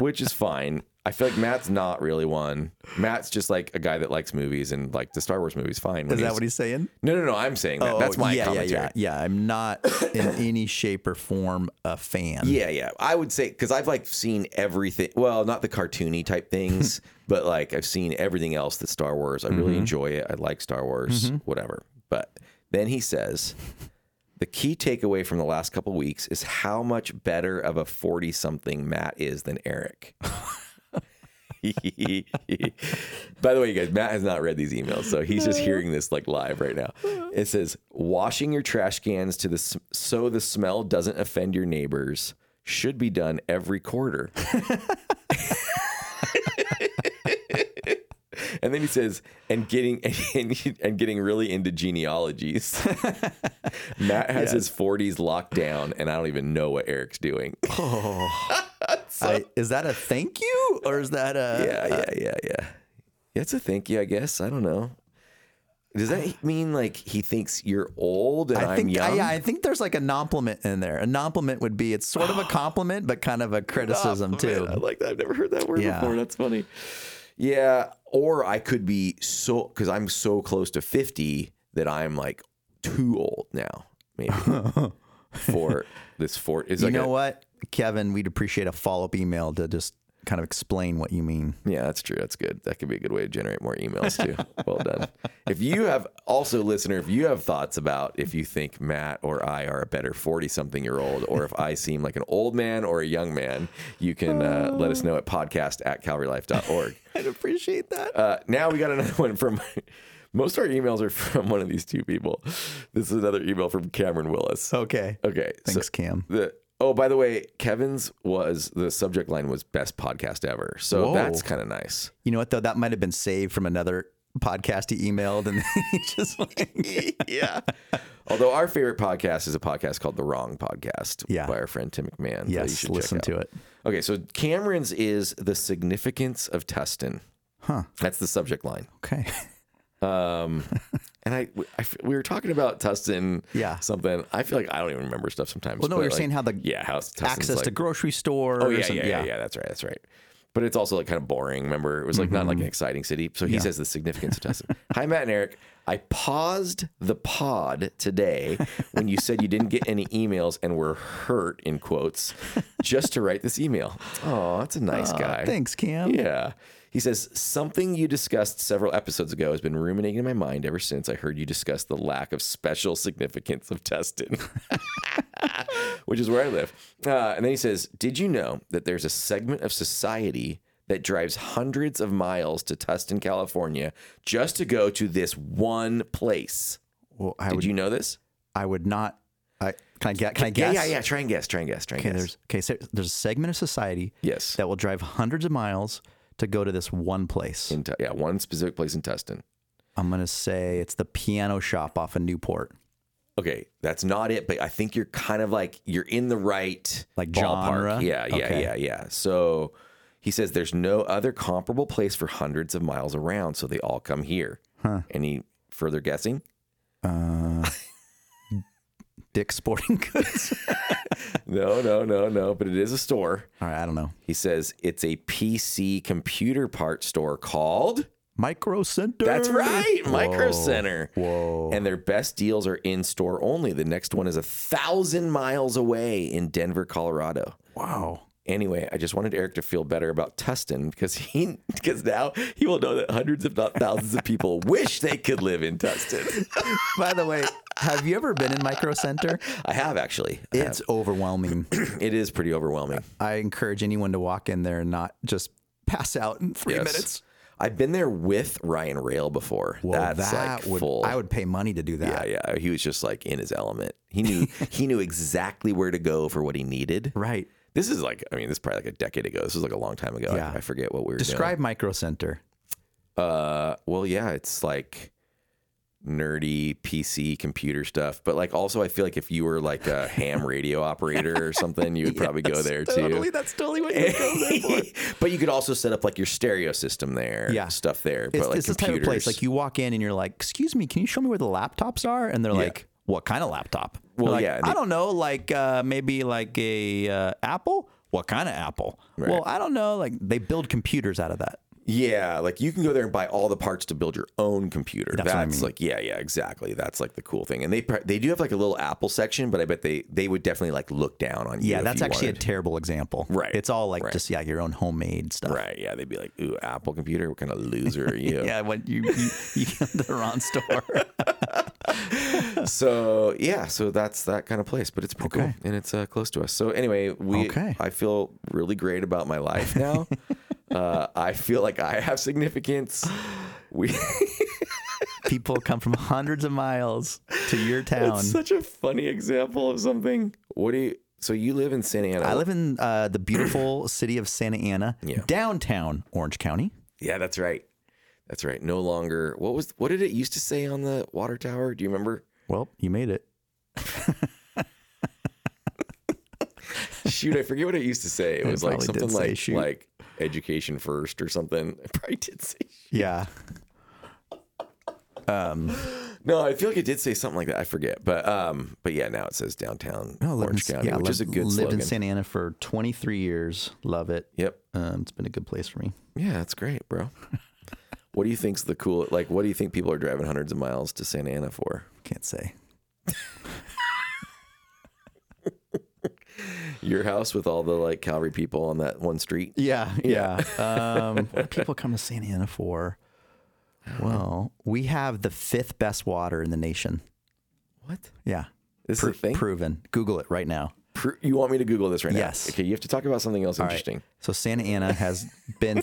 Speaker 2: which is fine. I feel like Matt's not really one. Matt's just like a guy that likes movies and like the Star Wars movies. Fine.
Speaker 3: is that what he's saying?
Speaker 2: No, no, no. I'm saying that.
Speaker 3: Oh,
Speaker 2: That's my
Speaker 3: yeah,
Speaker 2: commentary.
Speaker 3: Yeah, yeah, yeah. I'm not in any shape or form a fan.
Speaker 2: Yeah, yeah. I would say because I've like seen everything. Well, not the cartoony type things, but like I've seen everything else that Star Wars. I really enjoy it. I like Star Wars, whatever. But then he says, the key takeaway from the last couple weeks is how much better of a forty-something Matt is than Eric. By the way, you guys, Matt has not read these emails, so he's just hearing this like live right now. It says, "Washing your trash cans to the s- so the smell doesn't offend your neighbors should be done every quarter." and then he says, "And getting and, and getting really into genealogies." Matt has his 40s locked down, and I don't even know what Eric's doing.
Speaker 3: I, is that a thank you or is that a
Speaker 2: yeah, yeah, yeah, yeah. That's a thank you, I guess. I don't know. Does that mean like he thinks you're old and I
Speaker 3: I
Speaker 2: am
Speaker 3: think
Speaker 2: young?
Speaker 3: yeah, I think there's like a compliment in there. A compliment would be it's sort of a compliment, but kind of a criticism too.
Speaker 2: I like that. I've never heard that word
Speaker 3: Yeah.
Speaker 2: before. That's funny. Yeah, or I could be so because I'm so close to fifty that I'm like too old now, maybe for this fort. Is
Speaker 3: You
Speaker 2: like
Speaker 3: know
Speaker 2: a-
Speaker 3: what, Kevin? We'd appreciate a follow up email to just kind of explain what you mean.
Speaker 2: Yeah, that's true. That's good. That could be a good way to generate more emails too. well done. If you have also listener, if you have thoughts about if you think Matt or I are a better 40 something year old, or if I seem like an old man or a young man, you can uh, let us know at podcast at calvarylife.org.
Speaker 3: I'd appreciate that.
Speaker 2: Uh, now we got another one from. Most of our emails are from one of these two people. This is another email from Cameron Willis.
Speaker 3: Okay.
Speaker 2: Okay, so
Speaker 3: Oh, Thanks, Cam.
Speaker 2: the oh, by the way, Kevin's was the subject line was best podcast ever, so
Speaker 3: Whoa.
Speaker 2: that's kind of nice.
Speaker 3: You know what though? That might have been saved from another podcast he emailed, and he just like, yeah.
Speaker 2: Although our favorite podcast is a podcast called The Wrong Podcast
Speaker 3: Yeah.
Speaker 2: by our friend Tim McMahon. that you
Speaker 3: Yes,
Speaker 2: should
Speaker 3: listen
Speaker 2: check out.
Speaker 3: to it.
Speaker 2: Okay, so Cameron's is the significance of Tustin.
Speaker 3: Huh.
Speaker 2: That's the subject line.
Speaker 3: Okay.
Speaker 2: Um, and I, I f- we were talking about Tustin.
Speaker 3: Yeah.
Speaker 2: something. I feel like I don't even remember stuff sometimes.
Speaker 3: Well, no,
Speaker 2: but
Speaker 3: we were
Speaker 2: like-
Speaker 3: saying how the
Speaker 2: yeah, how Tustin's
Speaker 3: access
Speaker 2: like,
Speaker 3: to grocery stores.
Speaker 2: Oh yeah,
Speaker 3: and-
Speaker 2: yeah, yeah, yeah. That's right. That's right. But it's also like kind of boring. Remember, it was like not like an exciting city. So he says the significance of Tustin. Hi, Matt and Eric. I paused the pod today when you said you didn't get any emails and were hurt in quotes just to write this email. Oh, that's a nice guy.
Speaker 3: Thanks, Cam.
Speaker 2: Yeah. He says, something you discussed several episodes ago has been ruminating in my mind ever since I heard you discuss the lack of special significance of Tustin, which is where I live. Uh, and then he says, Did you know that there's a segment of society that drives hundreds of miles to Tustin, California, just to go to this one place?
Speaker 3: Well, I
Speaker 2: Did
Speaker 3: would.
Speaker 2: you know this?
Speaker 3: I would not. I can I get. Can I guess?
Speaker 2: Yeah, yeah, yeah. Try and guess. Try and guess. Try and
Speaker 3: Okay.
Speaker 2: guess.
Speaker 3: There's okay. So there's a segment of society
Speaker 2: Yes.
Speaker 3: that will drive hundreds of miles to go to this one place.
Speaker 2: In Tu- yeah, one specific place in Tustin.
Speaker 3: I'm gonna say it's the piano shop off of Newport.
Speaker 2: Okay, that's not it, but I think you're kind of like you're in the right
Speaker 3: Like
Speaker 2: ballpark.
Speaker 3: genre?
Speaker 2: Yeah, yeah,
Speaker 3: Okay.
Speaker 2: yeah, yeah. So he says there's no other comparable place for hundreds of miles around, so they all come here. Any further guessing?
Speaker 3: Uh, Dick Sporting Goods.
Speaker 2: No, no, no, no. But it is a store.
Speaker 3: All right. I don't know.
Speaker 2: He says it's a PC computer part store called.
Speaker 3: Micro Center.
Speaker 2: That's right, Micro
Speaker 3: Whoa.
Speaker 2: Center.
Speaker 3: Whoa.
Speaker 2: And their best deals are in store only. The next one is a thousand miles away in Denver, Colorado.
Speaker 3: wow.
Speaker 2: Anyway, I just wanted Eric to feel better about Tustin because he because now he will know that hundreds if not thousands of people wish they could live in Tustin.
Speaker 3: By the way, have you ever been in Micro Center?
Speaker 2: I have actually. I
Speaker 3: It's overwhelming.
Speaker 2: have. it is pretty overwhelming.
Speaker 3: I encourage anyone to walk in there and not just pass out in three
Speaker 2: Yes.
Speaker 3: minutes.
Speaker 2: I've been there with Ryan Rail before.
Speaker 3: Well,
Speaker 2: That's
Speaker 3: that
Speaker 2: like
Speaker 3: would
Speaker 2: full.
Speaker 3: I would pay money to do
Speaker 2: yeah,
Speaker 3: that.
Speaker 2: yeah. He was just like in his element. He knew he knew exactly where to go for what he needed.
Speaker 3: Right.
Speaker 2: This is like I mean, this is probably like a decade ago. This was like a long time ago. I-
Speaker 3: Yeah.
Speaker 2: I, forget what we were doing.
Speaker 3: Describe Micro Center.
Speaker 2: Uh, well, yeah, it's like nerdy PC computer stuff, but like also I feel like if you were like a ham radio operator or something, you would probably go there
Speaker 3: Totally,
Speaker 2: too.
Speaker 3: that's totally what you go there for.
Speaker 2: but you could also set up like your stereo system there,
Speaker 3: Yeah.
Speaker 2: stuff there.
Speaker 3: It's,
Speaker 2: but like
Speaker 3: it's the type of place
Speaker 2: computers-
Speaker 3: like you walk in and you're like, "Excuse me, can you show me where the laptops are?" And they're like, "What kind of laptop?" They're
Speaker 2: Well,
Speaker 3: like,
Speaker 2: yeah,
Speaker 3: I
Speaker 2: they-
Speaker 3: don't know, like uh, maybe like a uh, Apple. What kind of Apple? Well, I don't know. Like they build computers out of that.
Speaker 2: yeah, like you can go there and buy all the parts to build your own computer. That's,
Speaker 3: what I mean.
Speaker 2: like yeah, yeah, exactly. That's like the cool thing. And they pr- they do have like a little Apple section, but I bet they they would definitely like look down on you.
Speaker 3: Yeah,
Speaker 2: if
Speaker 3: that's
Speaker 2: you
Speaker 3: actually
Speaker 2: wanted.
Speaker 3: a terrible example.
Speaker 2: Right,
Speaker 3: It's all like
Speaker 2: right.
Speaker 3: just yeah, your own homemade stuff.
Speaker 2: right. Yeah, they'd be like, "Ooh, Apple computer, what kind of loser are you?"
Speaker 3: Yeah, when you you, you get the wrong store.
Speaker 2: so yeah, so that's that kind of place, but it's pretty cool and it's uh, close to us. So anyway, we
Speaker 3: Okay.
Speaker 2: I feel really great about my life now. uh, I feel like I have significance. We
Speaker 3: People come from hundreds of miles to your town.
Speaker 2: it's such a funny example of something. What do you? So you live in Santa Ana?
Speaker 3: I live in uh, the beautiful city of Santa Ana,
Speaker 2: Yeah.
Speaker 3: downtown Orange County.
Speaker 2: Yeah, that's right. That's right. No longer. What was? What did it used to say on the water tower? Do you remember?
Speaker 3: Well, you made it.
Speaker 2: Shoot, I forget what it used to say. It was like
Speaker 3: probably did
Speaker 2: something
Speaker 3: say
Speaker 2: like
Speaker 3: shoot.
Speaker 2: like education first or something. It probably did say
Speaker 3: Yeah.
Speaker 2: No, I feel like it did say something like that. I forget, but um, but yeah, now it says downtown
Speaker 3: I lived Oh, in-
Speaker 2: Oh, Orange County,
Speaker 3: yeah, I
Speaker 2: which is a
Speaker 3: lived-
Speaker 2: good
Speaker 3: lived
Speaker 2: slogan.
Speaker 3: in Santa Ana for 23 years. Love it.
Speaker 2: yep,
Speaker 3: Um, it's been a good place for me.
Speaker 2: yeah, that's great, bro. what do you think's the cool? Like, what do you think people are driving hundreds of miles to Santa Ana for?
Speaker 3: Can't say.
Speaker 2: Your house with all the like Calvary people on that one street.
Speaker 3: Yeah, yeah. um, what do people come to Santa Ana for? Well, we have the fifth best water in the nation.
Speaker 2: What?
Speaker 3: Yeah,
Speaker 2: This is a thing?
Speaker 3: proven. Google it right now.
Speaker 2: Pr- you want me to Google this right now?
Speaker 3: Yes.
Speaker 2: Okay, you have to talk about something else
Speaker 3: All right.
Speaker 2: interesting.
Speaker 3: So Santa Ana has been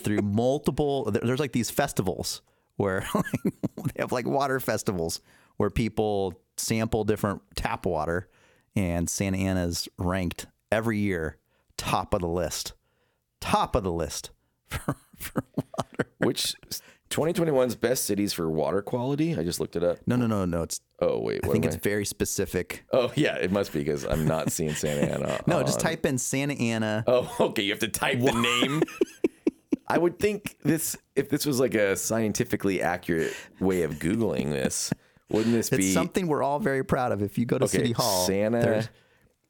Speaker 3: through multiple. there- There's like these festivals where they have like water festivals where people sample different tap water, and Santa Ana's ranked every year top of the list, top of the list for, for water.
Speaker 2: Which 2021's best cities for water quality? I just looked it up.
Speaker 3: No, no, no, no. It's
Speaker 2: Oh wait,
Speaker 3: I
Speaker 2: what
Speaker 3: think
Speaker 2: am
Speaker 3: it's very specific.
Speaker 2: Oh yeah, it must be because I'm not seeing Santa Ana.
Speaker 3: No, just
Speaker 2: on-
Speaker 3: type in Santa Ana.
Speaker 2: Oh, okay. You have to type the name. I would think this if this was like a scientifically accurate way of googling this, wouldn't this
Speaker 3: It's
Speaker 2: be
Speaker 3: something we're all very proud of. If you go to
Speaker 2: okay,
Speaker 3: City Hall,
Speaker 2: Santa
Speaker 3: there's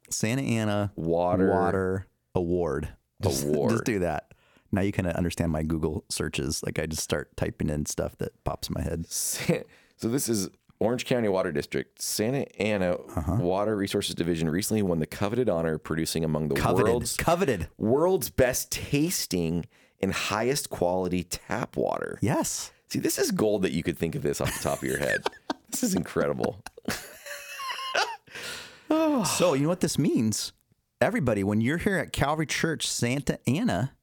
Speaker 3: Santa Ana
Speaker 2: Water-
Speaker 3: Water Award. Just,
Speaker 2: Award.
Speaker 3: Just do that. Now you kind of understand my Google searches. Like I just start typing in stuff that pops in my head.
Speaker 2: Sa- So this is Orange County Water District. Santa Ana
Speaker 3: Uh-huh.
Speaker 2: Water Resources Division recently won the coveted honor of producing among the
Speaker 3: Coveted.
Speaker 2: world's
Speaker 3: Coveted.
Speaker 2: world's best tasting and highest quality tap water.
Speaker 3: Yes.
Speaker 2: See, this is gold that you could think of this off the top of your head. this is incredible. Ah.
Speaker 3: So you know what this means? Everybody, when you're here at Calvary Church Santa Ana,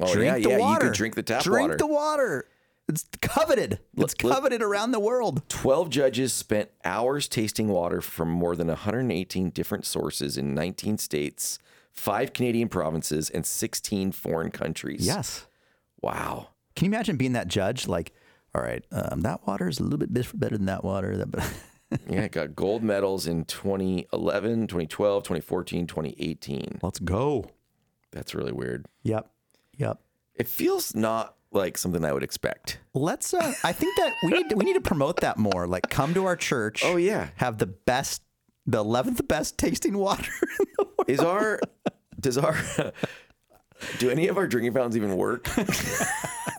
Speaker 2: Oh
Speaker 3: drink
Speaker 2: yeah,
Speaker 3: the
Speaker 2: yeah,
Speaker 3: water.
Speaker 2: you could drink the tap
Speaker 3: drink
Speaker 2: water.
Speaker 3: the water. It's coveted. It's
Speaker 2: let-
Speaker 3: coveted around the world.
Speaker 2: 12 judges spent hours tasting water from more than 118 different sources in 19 states, 5 Canadian provinces, and 16 foreign countries.
Speaker 3: Yes.
Speaker 2: Wow.
Speaker 3: Can you imagine being that judge? Like, all right, um, that water is a little bit bif- better than that water. That, but
Speaker 2: Yeah, it got gold medals in 2011, 2012, 2014, 2018.
Speaker 3: let's go.
Speaker 2: That's really weird.
Speaker 3: Yep, yep.
Speaker 2: It feels not like something I would expect.
Speaker 3: Let's. Uh, I think that we need we need to promote that more. Like, come to our church.
Speaker 2: Oh, yeah.
Speaker 3: have the best, the eleventh best tasting water. in the world.
Speaker 2: Is our does our do any of our drinking fountains even work?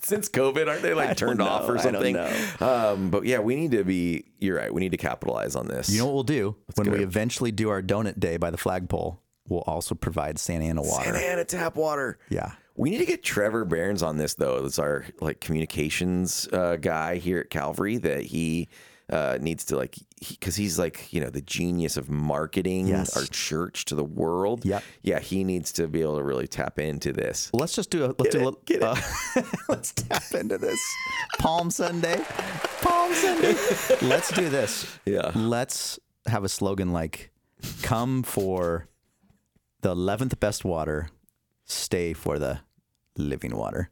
Speaker 2: Since COVID, aren't they like turned off
Speaker 3: know.
Speaker 2: or
Speaker 3: I don't
Speaker 2: something? Um, but yeah, we need to be. You're right. We need to capitalize on this.
Speaker 3: You know what we'll do when we
Speaker 2: go.
Speaker 3: eventually do our donut day by the flagpole? We'll also provide Santa Ana water.
Speaker 2: Santa Ana tap water.
Speaker 3: Yeah.
Speaker 2: We need to get Trevor Barons on this though. That's our like communications uh, guy here at Calvary that he uh, needs to like because he's like you know the genius of marketing
Speaker 3: Yes.
Speaker 2: our church to the world.
Speaker 3: Yep.
Speaker 2: Yeah, he needs to be able to really tap into this.
Speaker 3: Let's just do a let's do a
Speaker 2: it,
Speaker 3: little
Speaker 2: get it.
Speaker 3: uh, let's tap into this Palm Sunday. Palm Sunday. let's do this.
Speaker 2: Yeah.
Speaker 3: Let's have a slogan like come for the 11th best water, stay for the living water.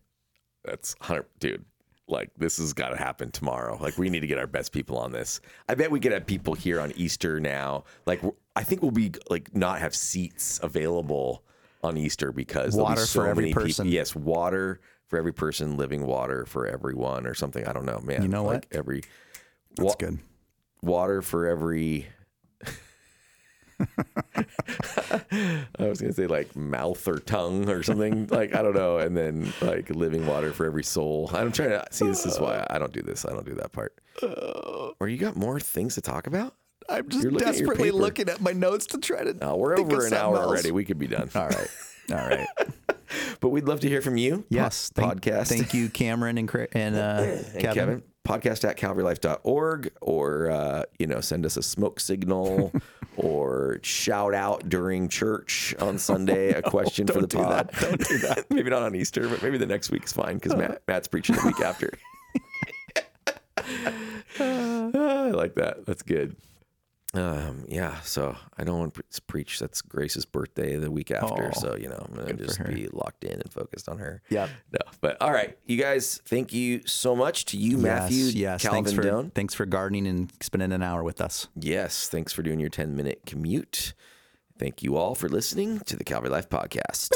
Speaker 2: That's hundred, dude. Like this has got to happen tomorrow. Like we need to get our best people on this. I bet we could have people here on Easter now. Like w- I think we'll be like not have seats available on Easter because there'll be
Speaker 3: Water for
Speaker 2: so
Speaker 3: every
Speaker 2: many peop-
Speaker 3: person.
Speaker 2: Yes, water for every person, living water for everyone, or something. I don't know, man.
Speaker 3: You know
Speaker 2: like
Speaker 3: what?
Speaker 2: Every
Speaker 3: That's
Speaker 2: wa-
Speaker 3: good.
Speaker 2: water for every. I was gonna say like mouth or tongue or something like I don't know, and then like living water for every soul. I'm trying to see. This is why I don't do this. I don't do that part. Or you got more things to talk about?
Speaker 3: I'm just
Speaker 2: You're looking at your desperately paper. looking
Speaker 3: at my notes to try to
Speaker 2: Uh, we're over an hour already. We could be done.
Speaker 3: All right. All right.
Speaker 2: But we'd love to hear from you.
Speaker 3: Yes.
Speaker 2: Po-
Speaker 3: Thank,
Speaker 2: podcast.
Speaker 3: Thank you, Cameron and, Cra- and, uh,
Speaker 2: and
Speaker 3: Kevin.
Speaker 2: Kevin. Podcast at calvarylife.org or, uh, you know, send us a smoke signal or shout out during church on Sunday a question for the
Speaker 3: don't do
Speaker 2: pod.
Speaker 3: that.
Speaker 2: Don't do that. maybe not on Easter, but maybe the next week's fine because Matt, Matt's preaching the week after. I like that. That's good. Um, yeah, so I don't want to pre- preach. That's Grace's birthday the week after,
Speaker 3: Aw,
Speaker 2: so you know I'm gonna just be locked in and focused on her.
Speaker 3: Yep.
Speaker 2: No, but all right, you guys. Thank you so much to you, Matthew.
Speaker 3: yes, yes.
Speaker 2: Calvin
Speaker 3: thanks for
Speaker 2: Doan.
Speaker 3: thanks for gardening and spending an hour with us.
Speaker 2: Yes, thanks for doing your 10 minute commute. Thank you all for listening to the Calvary Life Podcast.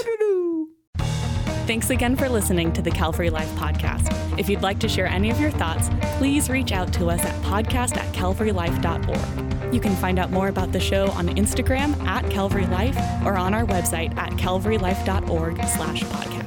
Speaker 1: Thanks again for listening to the Calvary Life Podcast. If you'd like to share any of your thoughts, please reach out to us at podcast at calvarylife.org. You can find out more about the show on Instagram at Calvary Life or on our website at calvarylife.org slash podcast.